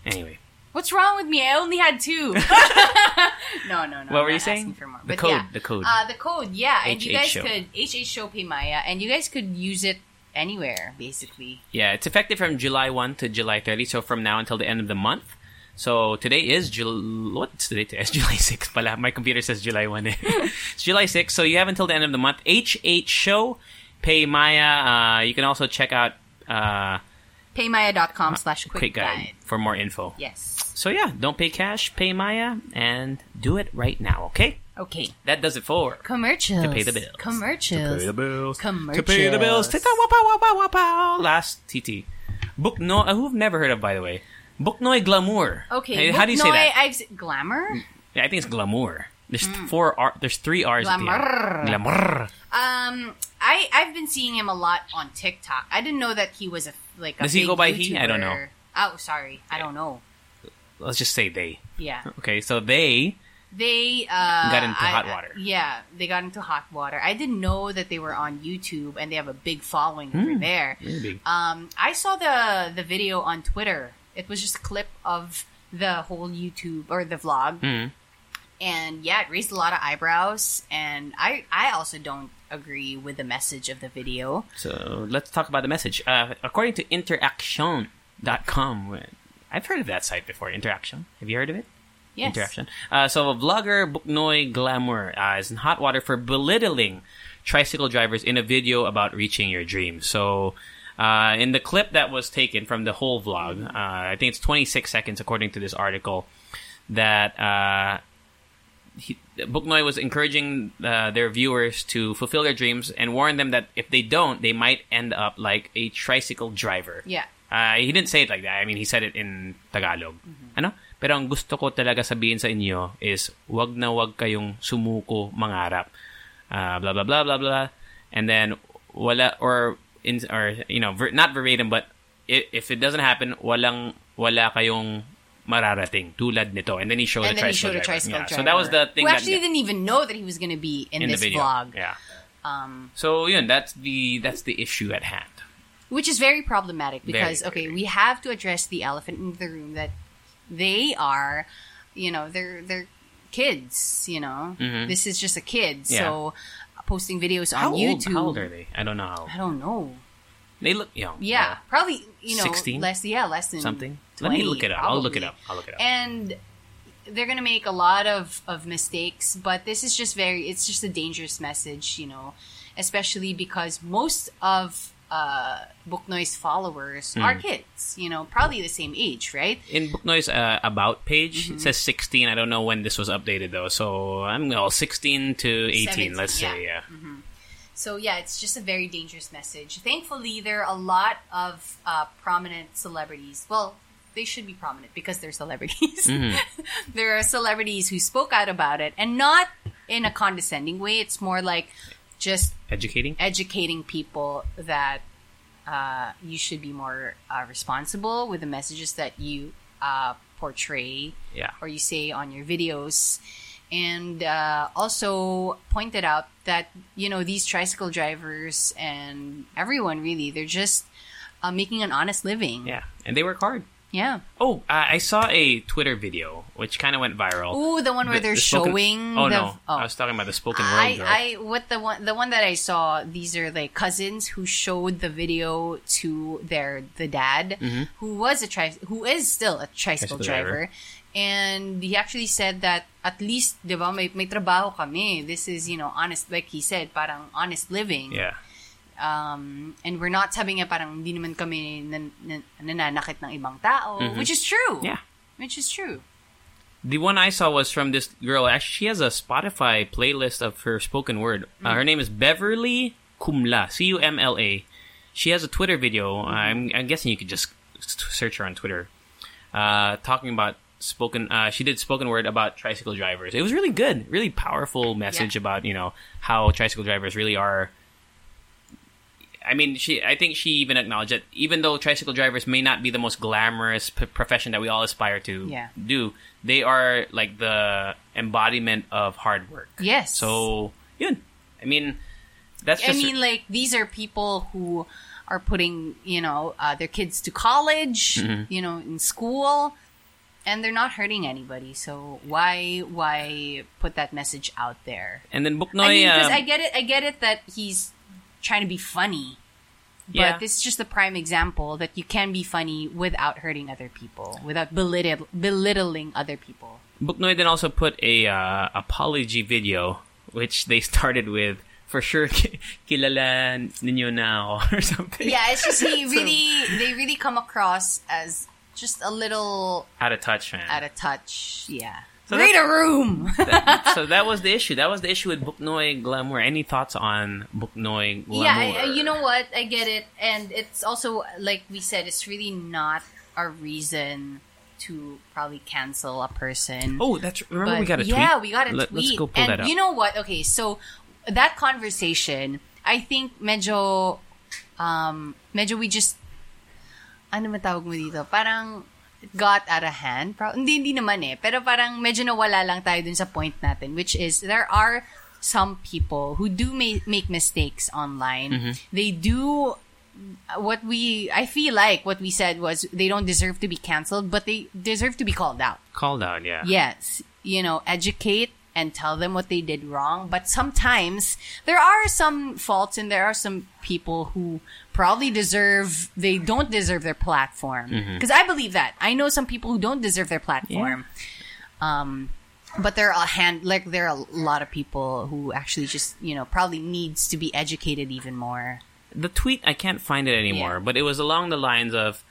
Anyway.
What's wrong with me? I only had two. no, no, no.
What
I'm
were you
not
saying?
asking For more.
The
But
code,
yeah.
the code.
Uh, the code. Yeah, and you
HH
guys
show.
could HH show Maya, and you guys could use it anywhere basically.
Yeah, it's effective from July 1 to July 30, so from now until the end of the month. So today is July. What's today? Today is July 6. Pala. My computer says July 1. eh. it's July 6, so you have until the end of the month. HH Show, Pay Maya. Uh, you can also check out uh,
Paymaya.com slash quick
Quick Guide
guide.
for more info.
Yes.
So yeah, don't pay cash, pay Maya, and do it right now, okay?
Okay.
That does it for.
Commercials.
To pay the bills.
Commercials.
bills.
Commercials.
To pay the bills. Tita, wapow, wapow, wapow. Last TT. Book no. uh, Who've never heard of, by the way? Buknoy glamour.
Okay.
Uh, How do you say
Buknoy,
that? Mm.
I've s- glamour.
Yeah, I think it's glamour. There's four. R, there's three R's. at the end.
Hmm. Glamour.
Glamour.
Um, I I've been seeing him a lot on TikTok. I didn't know that he was a like a
Does he
big
go by he? I don't know.
YouTuber. Oh, sorry. I don't know.
Let's just say they.
Yeah.
Okay, so they.
they uh,
Got into
I-
hot water.
Yeah, they got into hot water. I didn't know that they were on YouTube and they have a big following
Hmm.
over there.
big.
Um, I saw the the
Mm-hmm.
video on Twitter. It was just a clip of the whole YouTube or the vlog, and yeah, it raised a lot of eyebrows. And I, I also don't agree with the message of the video.
So let's talk about the message. Uh, according to interaction.com, uh, I've heard of that site before, Interaction. Have you heard of it?
Yes.
Interaction. Uh, so, vlogger Buknoy Glamour uh, is in hot water for belittling tricycle drivers in a video about reaching your dream. So, uh, in the clip that was taken from the whole vlog, uh, I think it's 26 seconds according to this article, that. Uh, he, Booknoy was encouraging uh, their viewers to fulfill their dreams and warned them that if they don't, they might end up like a tricycle driver.
Yeah.
Uh, he didn't say it like that. I mean, he said it in Tagalog.
Mm-hmm.
Ano? Pero ang gusto ko talaga sabihin sa inyo is wag na wag kayong sumuko mangarap. Uh, blah blah blah blah blah. And then wala or in or you know, ver, not verbatim but i- if it doesn't happen, walang wala kayong mararating tulad nito. And then he showed
And
a
then he
tricycle
showed a
driver.
tricycle
Yeah.
driver.
So that was the thing
Who
that
actually didn't even know that he was going to be in,
in
this
the video.
vlog.
Yeah.
Um,
So yun, that's the that's the issue at hand.
which is very problematic because
Very,
okay
very.
we have to address the elephant in the room that they are you know they're they're kids you know this is just a kid
Mm-hmm. Yeah.
so posting videos on
How old,
youtube
how old are they? I don't know. How old.
i don't know
They look young.
yeah, probably you know
16?
less yeah less than
Something?
20,
Let me look it up. I'll look it
probably.
up. I'll look it up.
and they're gonna make a lot of of mistakes but this is just very it's just a dangerous message you know especially because most of uh booknoy's followers are kids you know probably the same age right
In Booknoy's uh, about page, it says 16. I don't know when this was updated though. So I'm well, 16 to 18,
17,
let's say.
yeah.
Yeah. Mm-hmm.
So yeah, it's just a very dangerous message. Thankfully, there are a lot of uh, prominent celebrities. Well, they should be prominent because they're celebrities. there are celebrities who spoke out about it, and not in a condescending way. It's more like just
Educating.
educating people that uh, you should be more uh, responsible with the messages that you uh, portray
Yeah.
or you say on your videos. And uh, also pointed out that, you know, these tricycle drivers and everyone really, they're just uh, making an honest living.
Yeah. And they work hard.
Yeah.
Oh, uh, I saw a Twitter video which kind of went viral.
Ooh, the one where
The-
they're
the spoken-
showing.
Oh
the,
no, I was talking about the spoken word. girl.
I, I what the one the one that I saw these are like cousins who showed the video to their the dad who was a tri- who is still a tricycle
Mm-hmm. Tricycle driver.
driver. And he actually said that at least, di ba, may, may trabaho kami. This is, you know, honest, like he said, parang honest living.
yeah.
Um, and we're not sabi niya parang hindi naman kami nan, nan, nananakit ng ibang tao, which is true.
Mm-hmm. Yeah.
Which is true.
The one I saw was from this girl. Actually, she has a Spotify playlist of her spoken word. Uh, her name is Beverly Cumla, C U M L A. She has a Twitter video. I'm, I'm guessing you could just s- search her on Twitter, uh, talking about spoken. Uh, she did spoken word about tricycle drivers. It was really good, really powerful message
Yeah.
about you know how tricycle drivers really are. I mean, she. I think she even acknowledged that even though tricycle drivers may not be the most glamorous p- profession that we all aspire to
Yeah.
do, they are like the embodiment of hard work.
Yes.
So, yun. I mean, that's
I
just
mean, like these are people who are putting you know uh, their kids to college,
Mm-hmm.
you know, in school, and they're not hurting anybody. So why why put that message out there?
and then Booknoy.
I mean, because
um,
I get it, I get it that he's trying to be funny. But
Yeah.
this is just the prime example that you can be funny without hurting other people, without belittle, belittling other people.
Booknoy then also put a uh, apology video, which they started with for sure ki- kilala ninyo na ako," or something.
Yeah, it's just he really, they really come across as just a little
out of touch, man.
out of touch. Yeah.
So
Read a room.
so that was the issue. That was the issue with Booknoy Glamour. Any thoughts on Booknoy Glamour?
yeah, I, I, you know what? I get it, and it's also like we said, it's really not a reason to probably cancel a person.
Oh, that's remember
But
we got a tweet.
Yeah, we got a
Let-
tweet.
Let's go pull
and
that up.
you know what? Okay, so that conversation, I think medyo um medyo we just ano matawag mo dito? Parang it got out of hand. Pro- hindi, hindi naman eh. Pero parang medyo nawala lang tayo dun sa point natin, which is there are some people who do ma- make mistakes online.
Mm-hmm.
They do what we I feel like what we said was they don't deserve to be canceled, but they deserve to be called out.
called out. Yeah.
Yes. you know, educate and tell them what they did wrong. But sometimes there are some faults and there are some people who probably deserve, they don't deserve their platform. Because I believe that. I know some people who don't deserve their platform. Um, but there are a hand like there are a lot of people who actually just you know probably needs to be educated even more.
the tweet I can't find it anymore,
Yeah.
but it was along the lines of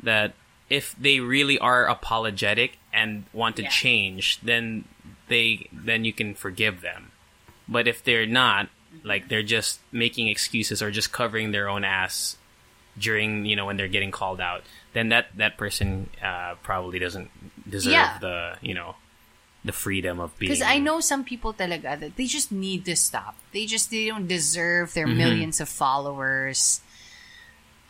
that if they really are apologetic and want to
Yeah.
change, then they then you can forgive them. But if they're not, like they're just making excuses or just covering their own ass during you know when they're getting called out, then that that person uh, probably doesn't deserve
Yeah.
the you know the freedom of being.
Because I know some people talaga that they just need to stop. They just they don't deserve
Mm-hmm.
their millions of followers.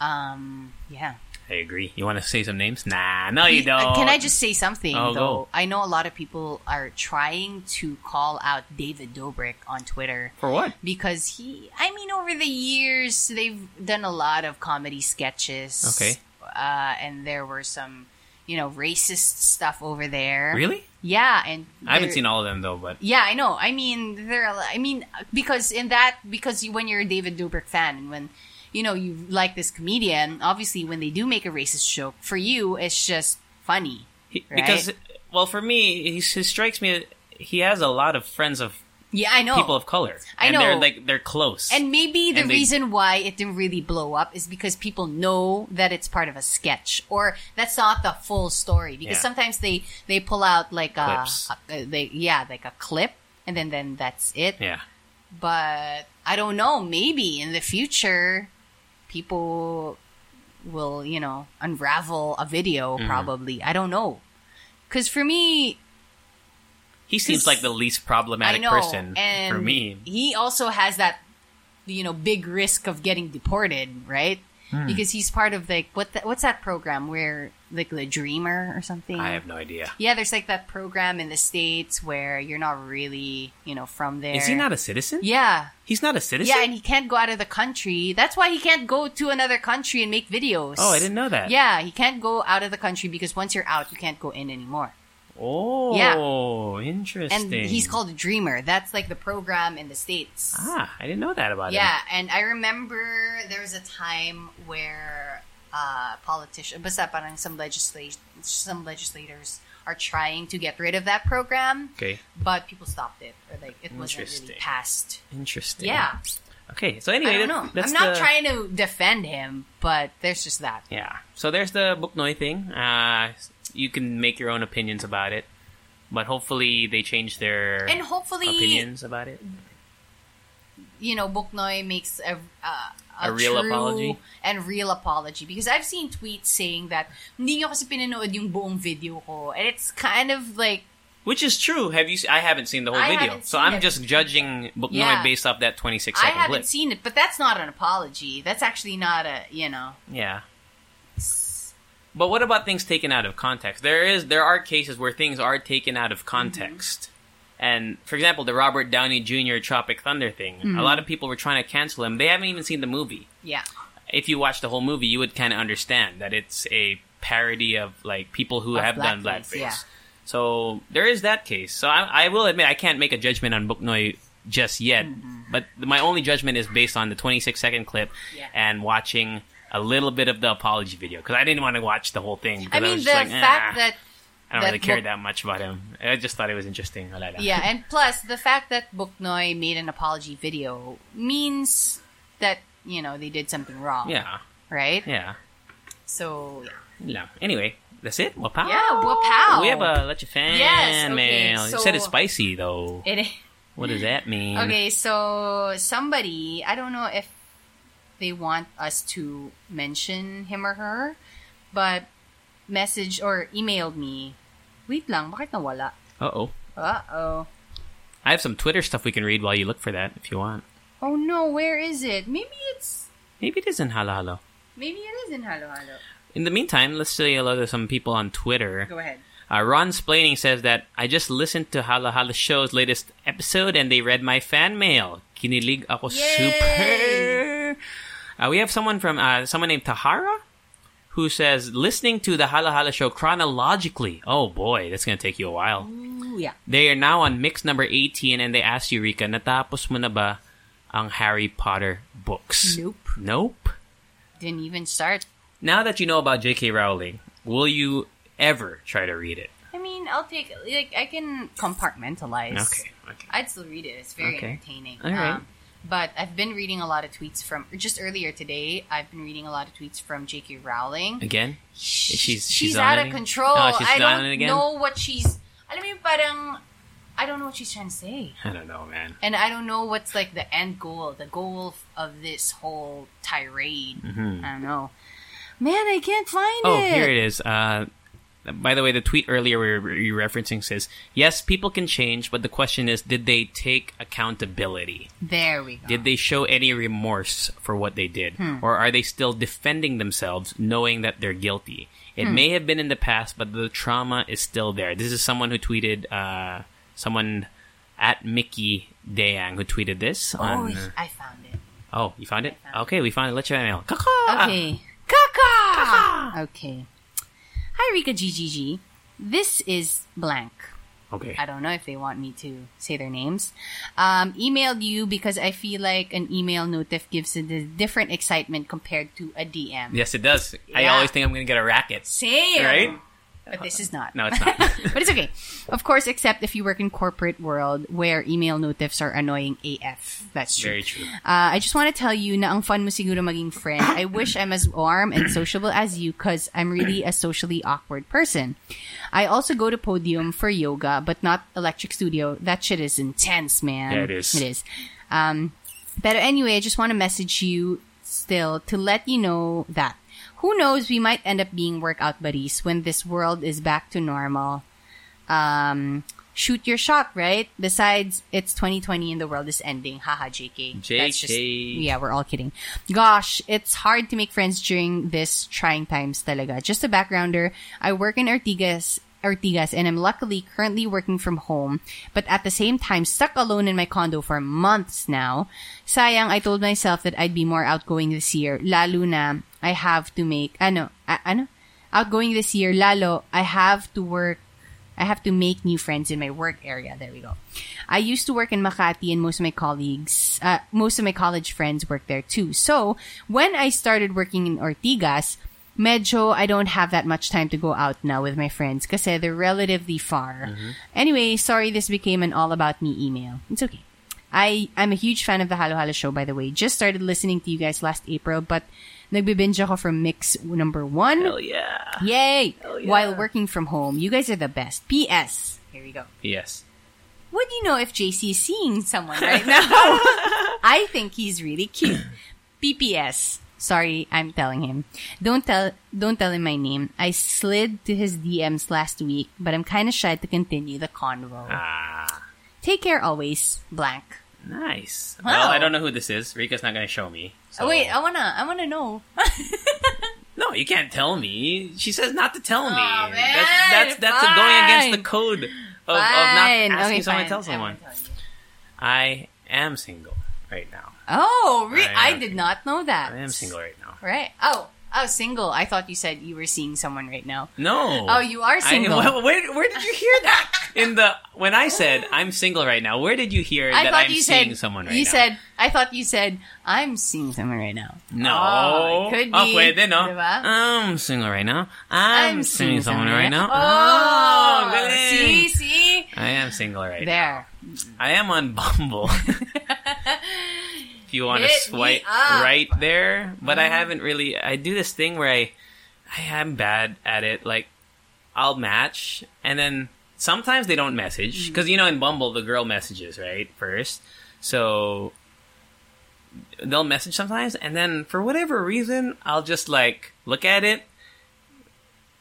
Um. Yeah.
I agree. You want to say some names? Nah, no, you
Uh,
don't.
Can I just say something
Oh,
though?
go.
I know a lot of people are trying to call out David Dobrik on Twitter
for what?
because he. I mean, over the years they've done a lot of comedy sketches.
Okay.
Uh, and there were some, you know, racist stuff over there.
Really?
Yeah, and
I haven't
there-
seen all of them though, but
Yeah, I know. I mean, there. Are, I mean, because in that, because you, when you're a David Dobrik fan, and when you know you like this comedian, obviously when they do make a racist joke for you, it's just funny.
He-
right?
because well for me he, he strikes me he has a lot of friends of
yeah, I know.
people of color
I
and
know.
they're like they're close
and maybe the
and they-
reason why it didn't really blow up is because people know that it's part of a sketch, or that's not the full story. Because
Yeah.
sometimes they they pull out like a,
Clips.
a they yeah like a clip, and then then that's it.
yeah
but I don't know. Maybe in the future, people will, you know, unravel a video.
Mm-hmm.
Probably, I don't know. Because for me,
he seems
He's-
like the least problematic
I know,
person
and
for me
he also has that, you know, big risk of getting deported, right?
Hmm.
Because he's part of like what the, what's that program where like the Dreamer or something?
i have no idea
yeah, there's like that program in the states where you're not really, you know, from there.
is he not a citizen
Yeah,
he's not a citizen
yeah, and he can't go out of the country. That's why he can't go to another country and make videos.
oh i didn't know that
Yeah, he can't go out of the country because once you're out, you can't go in anymore.
oh interesting
And he's called a dreamer. That's like the program in the States.
ah i didn't know that about him
Yeah, and I remember there was a time where uh, politician, basta parang some legislat- some legislators are trying to get rid of that program,
okay
but people stopped it or like it wasn't really
Interesting.
passed.
interesting
Yeah,
okay so anyway
I don't
that-
know.
that's
I'm not
the-
trying to defend him, but there's just that.
Yeah. So there's the book noy thing. Uh, you can make your own opinions about it, but hopefully they change their
And hopefully,
opinions about it.
you know, Buknoy makes a, uh,
A real
true
apology?
and real apology because I've seen tweets saying that hindi niyo kasi pinanood yung buong video ko and it's kind of like
Which is true. Have you? Se- I haven't seen the whole
I
video,
haven't
so
seen
I'm
it.
just judging book noy
Yeah.
based off that 26
I
second clip.
haven't seen it, but that's not an apology. That's actually not a you know.
yeah. But what about things taken out of context? There is there are cases where things are taken out of context.
Mm-hmm.
And for example, the Robert Downey Jr. Tropic Thunder thing.
Mm-hmm.
A lot of people were trying to cancel him. They haven't even seen the movie.
Yeah,
if you watch the whole movie, you would kind of understand that it's a parody of like people who
Of
have done
blackface,
blackface.
yeah.
So there is that case. So I, I will admit I can't make a judgment on Buknoy just yet, but my only judgment is based on the 26 second clip
Mm-hmm. Yeah.
and watching a little bit of the apology video because I didn't want to watch the whole thing.
I
because
mean
was
the
just like,
fact
"Ah,
that
I don't
that
really care
Buk-
that much about him. I just thought it was interesting. Wala lang.
yeah, and plus the fact that Buknoy made an apology video means that you know they did something wrong.
yeah,
right.
yeah.
So yeah.
No. Anyway, that's it. Wapow.
Yeah, wapow.
We have a let your fan
Yes, okay,
mail.
so-
you said it's spicy though.
It is.
What does that mean?
Okay, so somebody, I don't know if they want us to mention him or her, but messaged or emailed me. Wait lang, bakit nawala?
Uh oh.
Uh-oh.
I have some Twitter stuff we can read while you look for that if you want.
Oh no, where is it? Maybe it's
Maybe it is in Halo Halo.
maybe it is in Halo Halo.
In the meantime, let's say hello to some people on Twitter.
Go ahead.
Uh, Ron Splaining says that I just listened to Halo Halo Show's latest episode and they read my fan mail. Kinilig ako
Yay!
super. Uh, we have someone from uh, someone named Tahara who says listening to the Hala Hala show chronologically. Oh boy, that's gonna take you a while.
Ooh, yeah.
They are now on mix number 18 and they asked Eureka, natapos mo na ba ang Harry Potter books?
Nope.
Nope.
Didn't even start.
Now that you know about J.K. Rowling, will you ever try to read it?
I mean, I'll take like I can compartmentalize.
Okay. Okay.
I'd still read it. It's very
Okay.
entertaining. Um,
All right.
but I've been reading a lot of tweets from just earlier today. I've been reading a lot of tweets from J.K. Rowling.
Again?
She's
she's-
she's,
she's on
out
it?
of control.
Oh, she's
I
on
don't
it again?
know what she's. Alam mo yung parang I don't know what she's trying to say,
I don't know, man.
and I don't know what's like the end goal, the goal of this whole tirade. I don't know. Man, I can't find
Mm-hmm. Oh,
it.
here it is. Uh, by the way, the tweet earlier we were we were referencing says, "Yes, people can change, but the question is, did they take accountability?
There we go.
Did they show any remorse for what they did,
Hmm.
or are they still defending themselves, knowing that they're guilty? It
Hmm.
may have been in the past, but the trauma is still there." This is someone who tweeted, uh, someone at Mickey Dayang who tweeted this.
oh,
on,
I found it.
oh, you found it?
I found
okay, we found it. Let's check it out. Caw-caw!
Okay. Kaka! Okay. Hi, Rika GGG. This is blank.
Okay.
I don't know if they want me to say their names. Um, emailed you because I feel like an email notif gives it a different excitement compared to a DM.
Yes, it does. I
Yeah.
always think I'm going to get a racket.
Same.
Right?
But this is not.
No, it's not.
but it's okay. Of course, except if you work in corporate world where email notifs are annoying AF. That's true.
Very true.
Uh, I just want to tell you na ang fun mo siguro maging friend. I wish I'm as warm and sociable as you because I'm really a socially awkward person. I also go to Podium for yoga, but not Electric Studio. That shit is intense, man.
Yeah, it is.
It is. Um, but anyway, I just want to message you still to let you know that who knows we might end up being workout buddies when this world is back to normal. Um, shoot your shot, right? Besides, it's 2020 and the world is ending. Haha, JK. That's just-
JK.
yeah, we're all kidding. Gosh, it's hard to make friends during this trying times talaga. Just a backgrounder, I work in Ortigas, Ortigas, and I'm luckily currently working from home, but at the same time stuck alone in my condo for months now. Sayang, I told myself that I'd be more outgoing this year, lalo na I have to make, ano, a- ano? Outgoing this year, lalo, I have to work I have to make new friends in my work area. There we go. I used to work in Makati and most of my colleagues, uh, most of my college friends work there too. So when I started working in Ortigas, medyo I don't have that much time to go out now with my friends because they're relatively far. Anyway, sorry this became an all about me email. It's okay. I, I'm a huge fan of the Halo Halo show, by the way. Just started listening to you guys last April, but nagbibinge ako from mix number one.
Hell yeah.
Yay! While working from home. You guys are the best. P.S. Here we go.
Yes.
Would you know if JC is seeing someone right now? I think he's really cute. PPS. Sorry, I'm telling him. Don't tell don't tell him my name. I slid to his DMs last week, but I'm kinda shy to continue the convo.
Ah,
Take care always, blank.
nice.
Wow.
Well, I don't know who this is. Rika's not going to show me. so-
Oh, wait, I wanna I wanna know.
No, you can't tell me. She says not to tell me.
Oh, man,
that's that's, that's
fine.
going against the code of, of not
Fine.
asking
Okay,
someone
fine.
to tell
I
someone.
won't tell you.
I am single right now.
Oh, re-
I
I,
am-
did not know that.
I am single right now.
Right. Oh, oh, single. I thought you said you were seeing someone right now.
No.
Oh, you are single.
I, where, where, where did you hear that? In the when I said I'm single right now, where did you hear
I
that
thought
I'm
you
seeing
said
someone right
you
now?
said I thought you said I'm seeing someone right now.
No.
Oh, it could
Oh,
be.
pwede, no?
Diba?
I'm single right now. I'm, seeing someone right now.
Oh,
Oh, galing.
see, see,
I am single right now.
there.
I am on Bumble. if you want to
Hit me
swipe
up. Uh-huh.
right there, but I haven't really. I do this thing where I, I am bad at it. Like, I'll match, and then sometimes they don't message
Mm-hmm.
because you know in Bumble the girl messages right first, so they'll message sometimes, and then for whatever reason I'll just like look at it.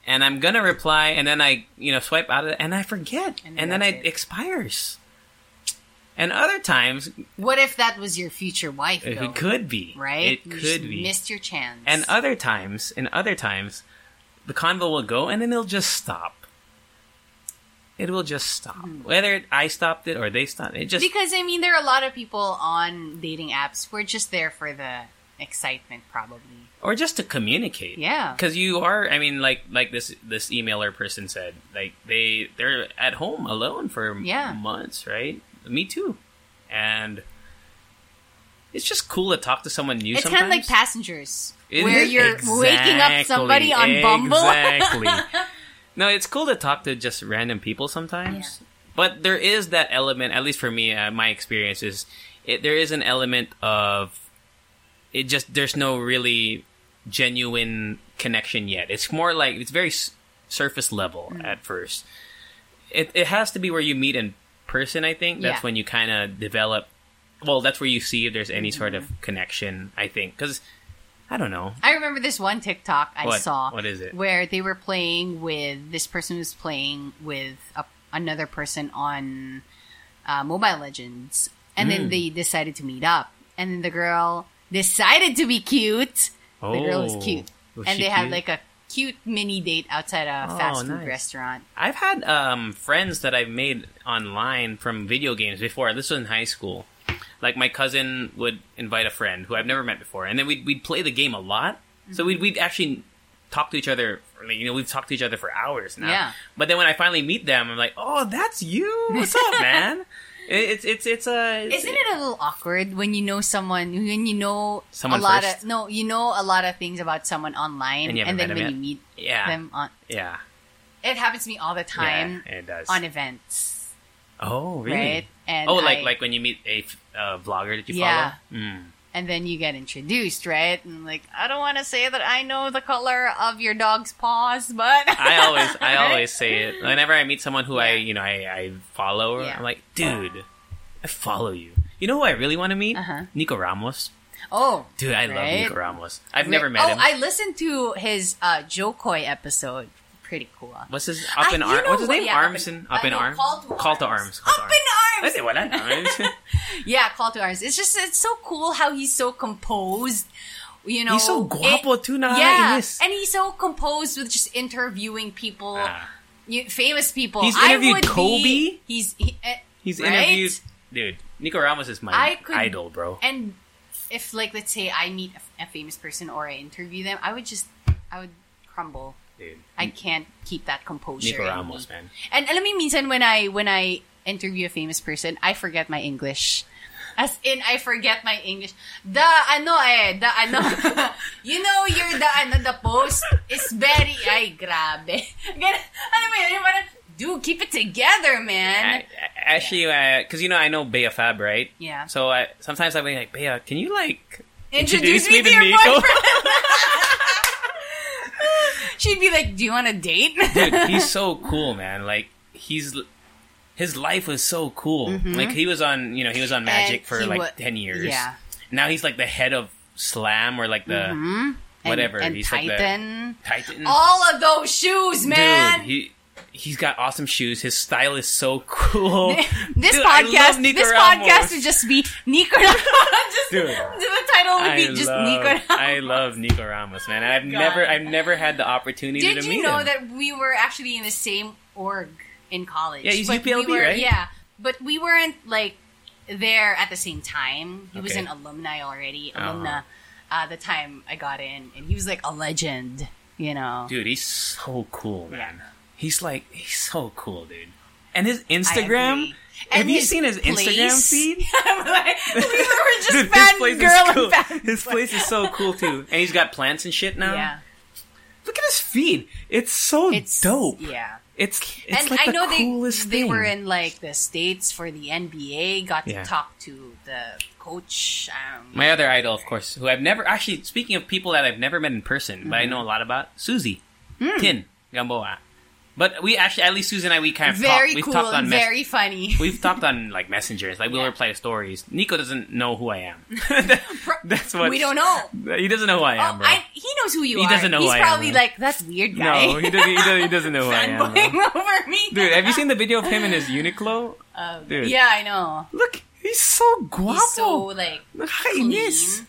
And I'm gonna reply, and then I, you know, swipe out of it, and I forget,
And
and,
then
then
that's
it
it.
expires. And other times,
What if that was your future wife?
it
though?
could be.
right.
It
You
could
just
be.
Missed your chance.
and other times, in other times, the convo will go and then it'll just stop. It will just stop.
Hmm.
Whether I stopped it or they stopped it, it just
because I mean, there are a lot of people on dating apps. We're just there for the excitement, probably.
or just to communicate.
Yeah.
because you are. I mean, like like this this emailer person said, like they they're at home alone for
Yeah.
months, right? Me too, and it's just cool to talk to someone new.
It's
sometimes.
kind of like passengers,
It
where
is-
you're waking up somebody on
Exactly,
Bumble.
Exactly. no, it's cool to talk to just random people sometimes. But there is that element, at least for me, uh, my experience is it, there is an element of it just, there's no really genuine connection yet. It's more like, it's very s- surface level
Mm.
at first. It, it has to be where you meet in person, I think. That's
Yeah.
when you kind of develop. Well, that's where you see if there's any sort
Mm-hmm.
of connection, I think. Because, I don't know.
I remember this one TikTok I
What?
saw.
What is it?
Where they were playing with this person was playing with a, another person on uh, Mobile Legends, and
Hmm.
then they decided to meet up, and then the girl decided to be cute. the girl
Oh.
was cute,
Was
and
she
they had
cute?
like a cute mini date outside a
Oh,
fast food
nice.
restaurant.
I've had um, friends that I've made online from video games before. This was in high school. Like my cousin would invite a friend who I've never met before, and then we'd we'd play the game a lot. So we'd we'd actually talk to each other. like, You know, we've talked to each other for hours now.
Yeah.
But then when I finally meet them, I'm like, "Oh, that's you! What's up, man?" It- It's it's it's a it's-
Isn't it a little awkward when you know someone when you know
Someone
a lot
first?
of no, you know a lot of things about someone online,
And you
and,
haven't
then
met
when
them
you
yet?
meet
yeah
them on,
yeah
it happens to me all the time
yeah, it does
on events,
oh really
right? And
oh like
I-
like when you meet a f- uh, vlogger that you
Yeah.
follow mm.
and then you get introduced, right? And like, I don't want to say that I know the color of your dog's paws, but
I always I always say it whenever I meet someone who I
Yeah.
you know I, I follow.
Yeah.
I'm like, dude, I follow you. You know who I really want to meet?
Uh-huh.
Nico Ramos.
oh,
Dude, I love
right?
Nico Ramos. I've never met
oh,
him.
I listened to his uh, Joe Coy episode. Pretty cool.
What's his up
I-
in
you
arms?
know
What's his
what-
name?
yeah, up
arms
in-
and up
uh,
in
no,
arms.
Call to
call to
Arms.
arms.
Up in
I say, "Wala na, arms."
Yeah, call to arms. It's just it's so cool how he's so composed. You know,
He's so guapo uh,
It-
too. Nah,
yeah,
Inis.
and he's so composed with just interviewing people,
Ah.
you, famous people.
He's
I
interviewed
would be-
Kobe?
he's he, eh,
He's
right?
interviewed. Dude, Nico Ramos is my
I could-
idol, bro.
And if, like, let's say I meet a, f- a famous person or I interview them, I would just, I would crumble.
Dude,
I can't keep that composure.
Nico
in
Ramos,
me.
man.
And alam mo minsan when I when I interview a famous person, I forget my English. As in, I forget my English. The ano eh, the ano. you know, you're the ano, the post is very, ay, grabe. Ganun, ano mo yun, yung parang, dude, keep it together, man.
I, I- actually, because you know, I know Bea Fab, right?
Yeah.
So I sometimes I'll be like, Bea, can you like
Introduce, me, to, your boyfriend. She'd be like, do you want a date?
Dude, he's so cool, man. Like he's his life was so cool. Like he was on, you know, he was on Magic
Mm-hmm.
for
And he
like
wa-
ten years.
yeah.
Now he's like the head of Slam or like the
Mm-hmm. And-
whatever.
And,
he's like
Titan.
the Titan.
All of those shoes, man.
Dude, he. He's got awesome shoes. His style is so cool.
this
Dude, I love
podcast,
Nico
this
Ramos.
podcast would just be Nico. just,
Dude.
the title would be just Nico.
I love Nico Ramos, man. I've never, I've never had the opportunity
Did
to
you
meet
know
him.
that we were actually in the same org in college?
Yeah, he's
But
UPLB,
we were,
right?
Yeah, but we weren't like there at the same time. He was
Okay.
an alumni already,
Uh-huh.
alumna, uh, the time I got in, and he was like a legend. You know,
Dude, he's so cool, man. He's like, he's so cool, dude. And his Instagram.
agree.
Have
And
you
his
seen his
place.
Instagram feed?
I'm like, we were just
Dude, his
fan
place
girl
is cool.
and fan.
His place is so cool too, and he's got plants and shit now.
Yeah,
Look at his feed. It's so
it's
dope.
Yeah.
It's it's
and
like
I
the
know
coolest
they,
thing.
they were in like the states for the NBA. Got
Yeah.
to talk to the coach. Um,
My other idol, of course, who I've never actually. Speaking of people that I've never met in person, but I
Mm-hmm.
know a lot about, Susie
Mm.
Tin Gamboa. But we actually, at least Susie and I, we kind of
very
talked, we've
cool,
talked on
and
mess-
very funny.
We've talked on like messengers, like we'll
Yeah.
reply to stories. Nico doesn't know who I am. That's what
we don't know.
He doesn't know who I am,
oh,
bro.
I, he knows who you
He
are.
doesn't know who
He's
I am,
probably
bro.
like that's weird guy.
no, he doesn't, he doesn't. He doesn't know who I am, bro.
Fanboying over me,
Dude, have you seen the video of him in his Uniqlo?
Um,
Dude.
Yeah, I know.
Look, he's so guapo.
He's so like
Look,
clean.
Kainis.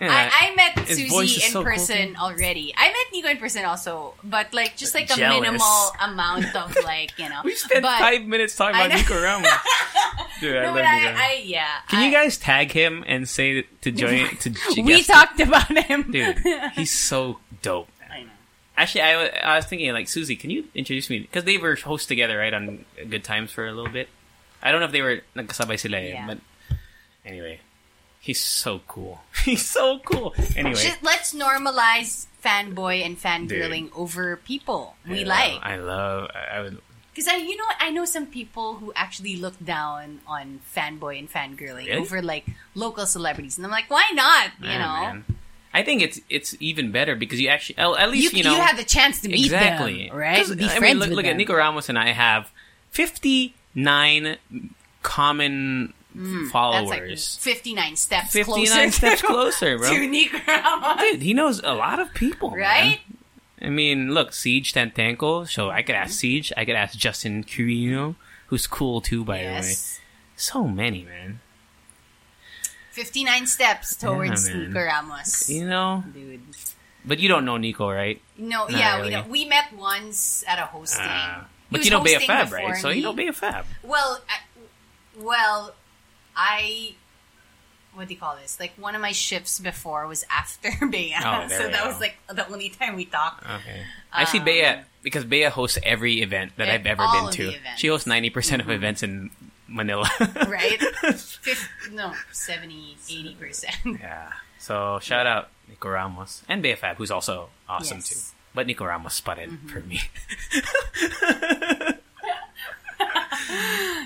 Yeah.
I, I met
His voice
Susie
is
in
so cool.
person already. I met Nico in person also, but like just like a
Jealous.
minimal amount of like you know.
we spent
but,
five minutes talking
I
about
know.
Nico Ramos. Dude, I
No,
love
but
Nico Ramos.
I, I yeah.
Can you
I-
guys tag him and say to join to to
We
guest-
talked about him,
Dude, he's so dope.
I know.
Actually, I, wa- I was thinking like Susie, can you introduce me? Because they were hosts together, right, on Good Times for a little bit. I don't know if they were nagkasabay sila, eh,
Yeah.
but anyway, he's so cool. he's so cool. Anyway,
Just, let's normalize fanboy and fangirling over people we
Yeah,
like.
I love. I I would.
Because I, you know, what? I know some people who actually look down on fanboy and fangirling
Really?
over like local celebrities, and I'm like, why not? You
Yeah,
know,
man. I think it's it's even better because you actually oh, at
you,
least you, know
you have the chance to meet
exactly
them, right?
'Cause,
Be
I
friends
mean, look,
with
look at
them.
Nico Ramos and I have fifty nine common
Hmm, That's
followers.
like 59 steps
59
closer
steps
to,
closer, bro.
to Nick Ramos.
Dude, he knows a lot of people, man.
right?
I mean, look, Siege Tantanko. So I could ask
Mm-hmm.
Siege. I could ask Justin Curino, who's cool too, by the way.
Yes.
So many, man.
59 steps towards
Yeah, man.
Nico Ramos.
You know,
Dude.
but you don't know Nico, right?
No,
Not
yeah,
really.
we don't. We met once at a hosting.
Uh,
He
but
was
you don't be a
hosting
fab,
before
right? So you
me.
don't be a fab.
Well, I, well, I. What do you call this? Like one of my shifts before was after Bea,
Oh, there
so
we
that
go.
was like the only time we talked.
Okay. I see Bea because Bea hosts every event that
Yeah,
I've ever
Um, e- all
been
of
to.
the events.
She hosts ninety percent of events in Manila.
Right? Fif no, 70, 80 percent.
yeah. So shout out Nico Ramos and Bea Fab, who's also awesome
Yes. Mm-hmm.
too. But Nico Ramos sputted for me.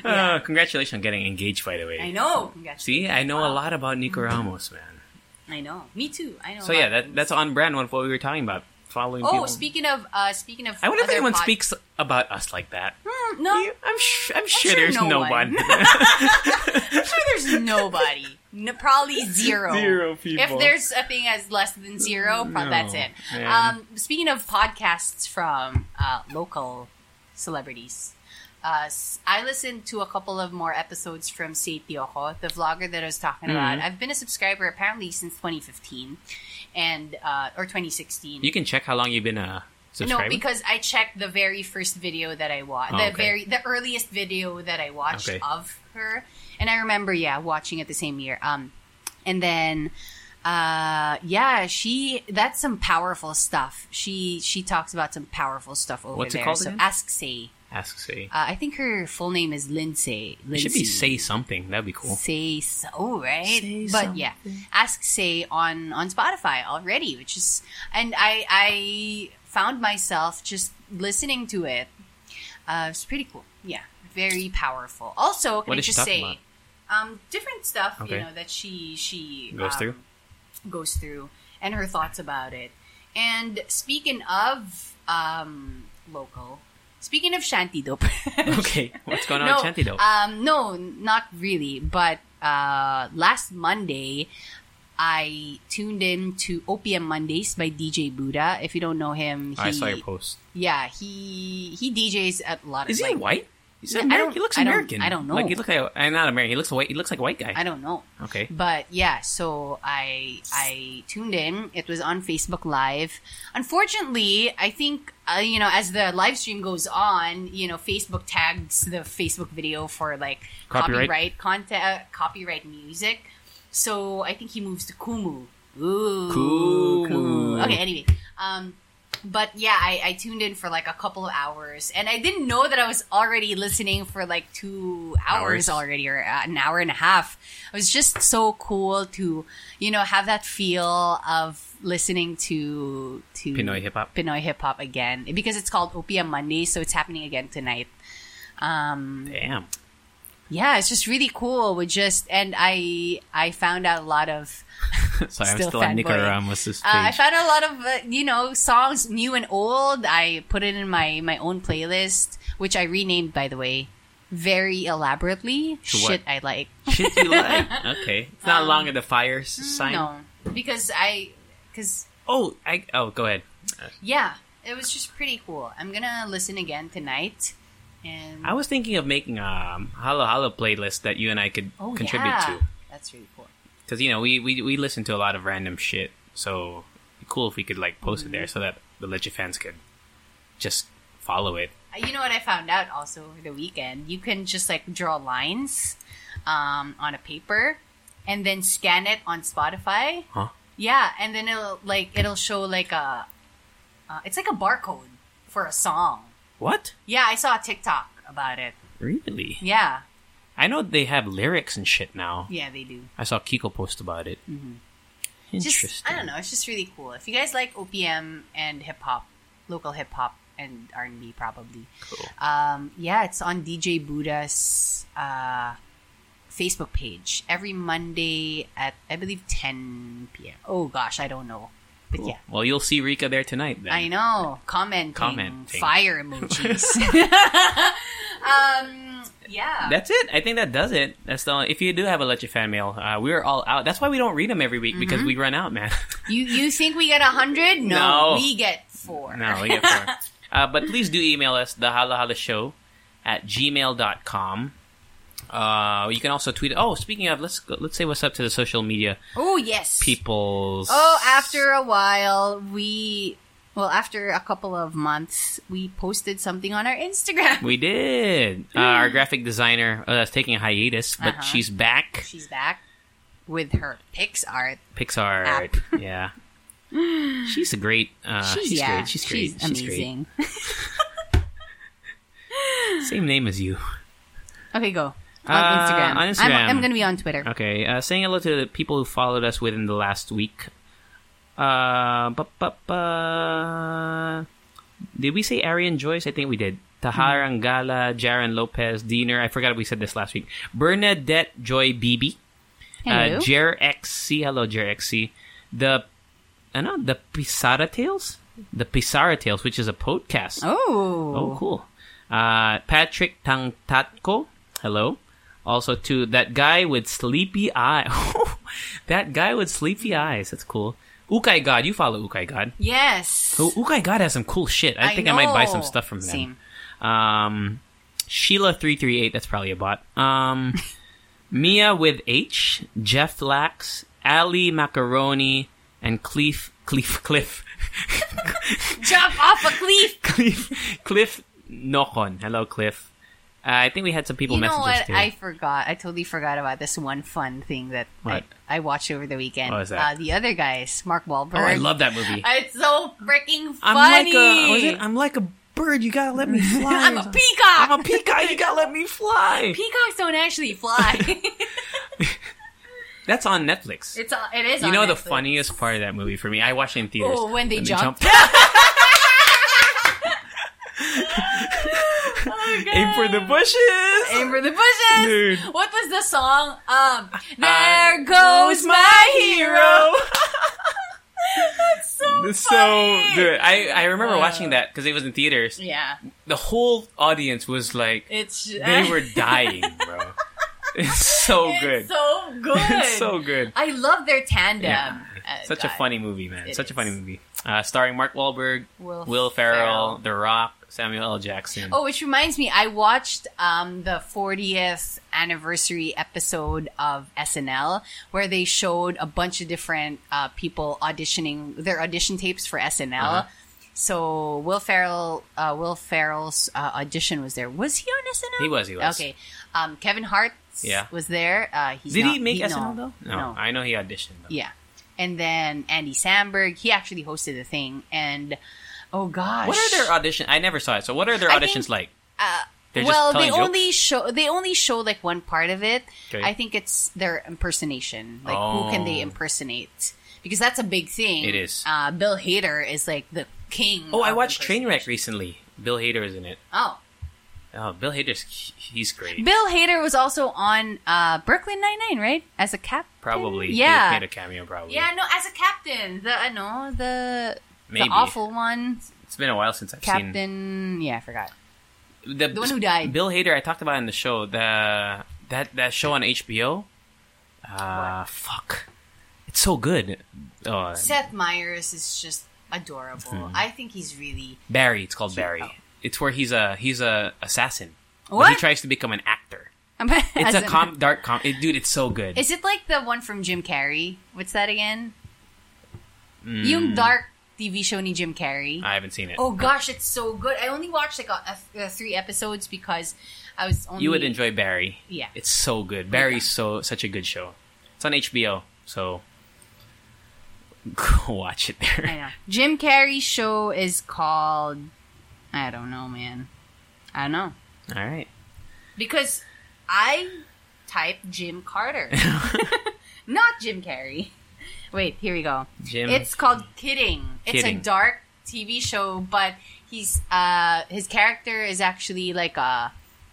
Uh, congratulations on getting engaged, by the way.
I know. Congrats.
See, I know a lot about Nico Ramos, man.
I know. Me too. I know.
So
a lot
yeah,
of
that,
things.
that's on brand one for what we were talking about. Following
Oh,
people.
speaking of, uh, speaking of,
I wonder if
other
anyone
pod-
speaks about us like that.
Hmm, No,
You- I'm, sh- I'm sure
sure
there's
no
no,
one.
one.
I'm sure there's nobody. No, probably zero.
Zero people.
If there's a thing as less than zero, pro-
No,
that's it.
man.
Um, speaking of podcasts from uh, local celebrities, uh, s- I listened to a couple of more episodes from Sei Tiojo, the vlogger that I was talking about.
Mm-hmm.
I've been a subscriber apparently since 2015 and uh, or 2016.
you can check how long you've been uh, a subscriber.
No, because I checked the very first video that I watched,
Oh,
the
okay.
very the earliest video that I watched
Okay.
of her, and I remember, yeah, watching it the same year. Um, and then, uh, yeah, she that's some powerful stuff. She she talks about some powerful stuff over
What's it
there.
called
so
again?
ask Say.
ask say.
Uh, I think her full name is Lindsay.
it
Lindsay.
should be say something. That'd be cool.
Say so, right?
Say
but yeah, ask say on on Spotify already, which is and I I found myself just listening to it. Uh, it's pretty cool. Yeah, very powerful. Also, can
What
I
is she
just
talking
say, um, different stuff
Okay.
you know that she she
Goes
um,
through.
goes through and her thoughts about it. And speaking of um, local, speaking of Shanty Dope.
Okay, what's going on,
no,
with Chanty? Though
Um, no, not really. But uh, last Monday, I tuned in to Opium Mondays by DJ Buddha. If you don't know him, he,
I saw your post.
Yeah, he he DJs at a lot of.
Is he
like,
white? He's
Yeah, I
Ameri-
don't-
he looks
I don't-
American.
I don't know.
Like he looks like uh, not American. He looks white. He looks like a white guy.
I don't know.
Okay.
But yeah, so I I tuned in. It was on Facebook Live. Unfortunately, I think uh, you know as the live stream goes on, you know Facebook tags the Facebook video for like
Copyright?
content, uh, copyright music. So I think he moves to Kumu. Ooh,
Kumu.
Okay, anyway. Um, but yeah, I, I tuned in for like a couple of hours, and I didn't know that I was already listening for like two
Hours.
hours, already, or uh, an hour and a half. It was just so cool to, you know, have that feel of listening to to
Pinoy hip hop.
Pinoy hip hop again because it's called Opium Monday, so it's happening again tonight. Um,
Damn.
yeah, it's just really cool. With just and I I found out a lot of
Sorry, I'm
Still
still on
fanboy.
Nico Ramos's page.
uh, I found a lot of uh, you know songs new and old. I put it in my my own playlist, which I renamed by the way, very elaborately.
what?
Shit, I like.
Shit, you like? Okay, it's not long at the fire sign.
Um, mm, No, because I because
Oh, I oh go ahead.
yeah, it was just pretty cool. I'm gonna listen again tonight, and
I was thinking of making a um, Halo Halo playlist that you and I could
oh
contribute
yeah,
to.
that's really cool.
because you know we, we we listen to a lot of random shit. So it'd be cool if we could like post it there so that the legit fans could just follow it.
You know what I found out also over the weekend? You can just like draw lines um, on a paper and then scan it on Spotify.
Huh?
Yeah, and then it'll like it'll show like a uh, it's like a barcode for a song.
What?
Yeah, I saw a TikTok about it.
Really?
Yeah,
I know they have lyrics and shit now.
yeah, they do.
I saw Kiko post about it. Interesting.
Mm-hmm. Just I don't know, it's just really cool. If you guys like OPM and hip hop, local hip hop and R and B, probably.
Cool.
Um, yeah, it's on DJ Buddha's uh, Facebook page every Monday at I believe 10 p.m. Oh gosh, I don't know, but
Cool.
yeah,
Well, you'll see Rika there tonight. Then
I know. Commenting,
Commenting.
fire emojis. um, yeah,
That's it. I think that does it. That's the. If you do have a Let Your Fan mail, uh, we're all out. That's why we don't read them every week
Mm-hmm.
because we run out, man.
you you think we get a hundred? No,
No.
we get four.
no, we get four. uh, but please do email us the Hala Hala Show at gmail.com. Uh, you can also tweet. Oh, speaking of, let's go, let's say what's up to the social media
Oh yes,
people's.
Oh, after a while, we well, after a couple of months, we posted something on our Instagram.
We did. Uh, our graphic designer uh, is taking a hiatus, but
Mm. Uh-huh.
she's back.
She's back with her Pix art.
Pixar.
App.
Yeah. She's a great. Uh, she's,
She's, yeah,
great. She's great. She's, great.
amazing.
Same name as you.
okay, go on
Uh,
Instagram.
on Instagram.
I'm, I'm gonna be on Twitter.
Okay, uh, saying hello to the people who followed us within the last week. Uh, bu- bu- bu- did we say Arian Joyce? I think we did. Taharangala, Jaron Lopez, Diener. I forgot we said this last week. Bernadette Joy Bibi.
Hello.
Uh, Jer XC. Hello, Jer XC. The, I know, the Pisara Tales? The Pisara Tales, which is a podcast.
oh,
Oh, cool. Uh, Patrick Tangtatko, hello. Also to that guy with sleepy eye. Oh, that guy with sleepy eyes. That's cool. Ukai God, you follow Ukai God.
yes.
Oh, Ukai God has some cool shit. I, think I might buy some
know.
stuff from them.
Same.
Um, Sheila three three eight. That's probably a bot. Um, Mia with H. Jeff Lax, Ali Macaroni, and Cleef Cleef Cliff.
Jump off a cliff.
Cliff Cliff Nokon. Hello, Cliff. Uh, I think we had some people
You know
message us
what?
too.
I forgot. I totally forgot about this one fun thing that I,
What?
I watched over the weekend.
What was that?
Uh, the other guys, Mark Wahlberg.
oh, I love that movie.
It's so freaking
I'm like
funny.
a was it? I'm like a bird. You gotta let me fly.
I'm a peacock.
I'm a peacock. You gotta let me fly.
Peacocks don't actually fly.
That's on Netflix.
it's a, it is.
you
on
know the
Netflix.
funniest part of that movie for me. I watched it in theaters.
Oh, when they jumped. Oh, God.
Aim for the bushes.
Aim for the bushes.
Dude. Uh,
What was the song? Um, there goes my hero. So
It's so
funny.
dude. I I remember
Uh,
watching that because it was in theaters.
Yeah,
The whole audience was like,
it's
they were dying, bro. It's so
it's
good.
So good.
it's so good.
I love their tandem.
Yeah.
Uh,
Such
God.
a funny movie, man.
It
Such a funny
is.
movie. Uh, starring Mark Wahlberg,
Will
Will, Ferrell,
Ferrell.
The Rock, Samuel L. Jackson.
Oh, which reminds me, I watched um, the 40th anniversary episode of SNL where they showed a bunch of different uh, people auditioning their audition tapes for SNL.
Uh-huh.
So Will Ferrell, uh, Will Ferrell's uh, audition was there. Was he on SNL?
He was, he was.
Okay. Um, Kevin Hart
Yeah.
was there. Uh, he's
Did
not-
he make
no,
SNL though?
No.
I know he auditioned. Though.
Yeah. And then Andy Samberg, he actually hosted the thing. And oh gosh,
What are their audition? I never saw it. So what are their
I
auditions
think-
like?
uh,
They're just
well,
telling
they
jokes?
only show they only show like one part of it.
Okay.
I think it's their impersonation. Like who can they
Oh.
impersonate? Because that's a big thing.
It is.
Uh, Bill Hader is like the king.
Oh, I
of
watched Trainwreck
impersonation.
recently. Bill Hader is in it.
Oh,
Oh, Bill Hader's he's great.
Bill Hader was also on uh, Brooklyn Nine Nine, right? As a cap.
Probably.
Yeah.
He made a cameo probably.
Yeah, no, as a captain. The I know the
Maybe.
the awful one,
It's been a while since I've seen
Captain. Yeah, I forgot.
the,
the one who died.
Bill Hader. I talked about in the show the that that show on HBO. Uh, fuck, it's so good. Oh,
Seth Meyers is just adorable.
Hmm.
I think he's really
Barry. It's called Barry.
oh.
It's where he's a he's a assassin. but
What?
he tries to become an actor. It's
As
a
in-
com- dark com. It, dude, it's so good.
Is it like the one from Jim Carrey? What's that again? Yung dark TV show ni Jim Carrey.
Hmm. I haven't seen it.
oh gosh, it's so good. I only watched like a, a, uh three episodes because I was only.
you would enjoy Barry.
Yeah.
it's so good. Barry's so such a good show. It's on HBO, so go watch it there.
I know. Jim Carrey's show is called. I don't know, man. I don't know
All right.
because I typed Jim Carter, not Jim Carrey. Wait, here we go.
Jim-
It's called Kidding. It's a
Kidding.
dark TV show, but he's uh his character is actually like a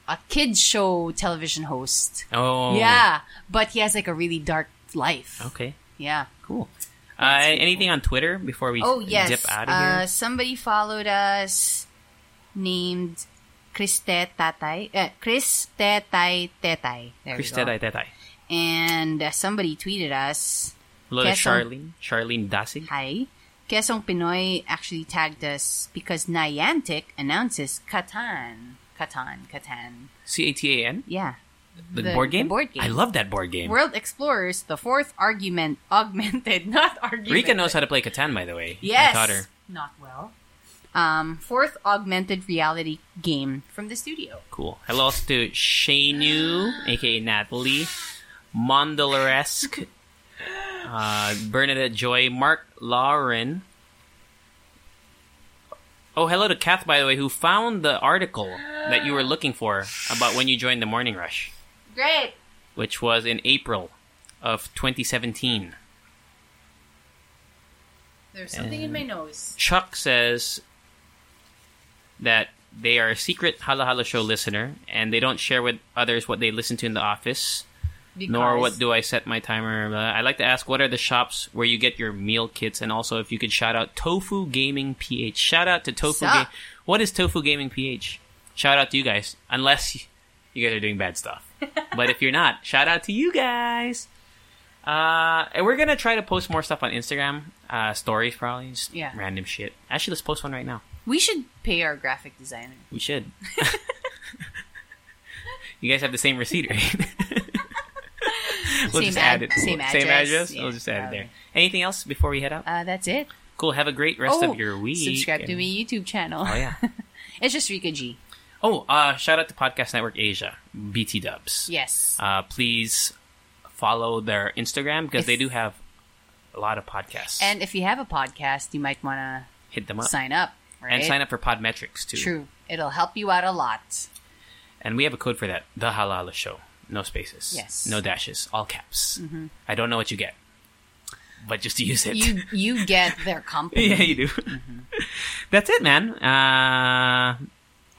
a kids show television host.
Oh
Yeah, but he has like a really dark life.
Okay.
Yeah.
Cool. Uh, anything on Twitter before we
Oh yes.
dip out of
uh,
here?
Somebody followed us named Kriste Tatay. Uh, Kriste Tay Tetay. There
Krista
we go.
Daitetay.
And uh, somebody tweeted us.
Lola
Quezon.
Charlene. Charlene Dasig.
Hi. Kesong Pinoy actually tagged us because Niantic announces Catan. Catan. Catan.
C A T A N.
Yeah.
The,
The-
board
the
game.
board game.
I love that board game.
World Explorers, the fourth argument, augmented, not argument.
Rika knows how to play Catan, by the way. I
Yes.
taught her.
Not well. Um, fourth augmented reality game from the studio.
Cool. Hello also to Shanu, aka Natalie, Mondolaresque, uh, Bernadette Joy, Mark Lauren. Oh, hello to Kath, by the way, who found the article that you were looking for about when you joined the Morning Rush,
Great.
which was in April of 2017.
There's something in my nose.
Chuck says that they are a secret Hala Hala Show listener and they don't share with others what they listen to in the office.
Because
nor what do I set my timer. Uh, I'd like to ask, what are the shops where you get your meal kits, and also if you could shout out Tofu Gaming PH. Shout out to Tofu.
Sup?
Ga- what is Tofu Gaming PH? Shout out to you guys, unless y- you guys are doing bad stuff. but if you're not, shout out to you guys. Uh, and we're gonna try to post more stuff on Instagram uh, stories, probably just
Yeah.
random shit. Actually, let's post one right now.
we should pay our graphic designer.
We should. you guys have the same receipt, right? we'll
Same
just
ad-
add it.
same
Same
address.
address.
Yeah,
we'll just add it there.
probably.
Anything else before we head out?
Uh, that's it.
cool. Have a great rest
oh,
of your week.
Subscribe to
and-
my YouTube channel.
Oh yeah.
it's just Rika G.
Oh, uh, shout out to Podcast Network Asia, BT Dubs.
Yes.
Uh, please follow their Instagram because they do have a lot of podcasts.
and if you have a podcast, you might want to
hit them up
sign up. Right?
and sign up for Podmetrics too.
True. It'll help you out a lot.
And we have a code for that: the Halala Show. No spaces.
Yes. Mm-hmm.
No dashes. All caps. I don't know what you get, but just use it.
You Mm-hmm. you get their company.
yeah, you do. That's it, man. Uh,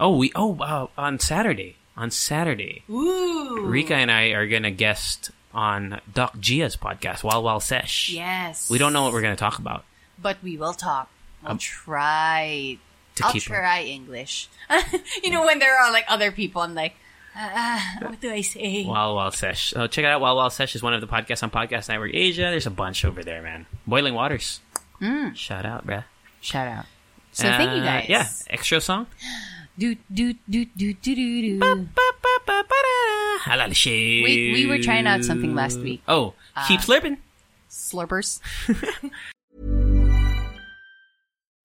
oh, we oh wow, on Saturday. On Saturday,
Ooh.
Rika and I are gonna guest on Doc Gia's podcast, Wild Wild Sesh.
Yes.
We don't know what we're gonna talk about.
But we will talk. I'll try.
to
I'll
keep up.
try English. you know, when there are like other people, I'm like, uh, what do I say?
Wild Wild Sesh. So check it out. Wild Wild Sesh is one of the podcasts on Podcast Network Asia. There's a bunch over there, man. Boiling Waters.
Mm.
Shout out, bruh.
Shout out. So thank you
Uh,
guys.
Yeah, extra song.
Do do do do do do do.
Halal shit.
Hmm. We- we were trying out something last week. Uh,
Oh, keep slurping.
Slurpers.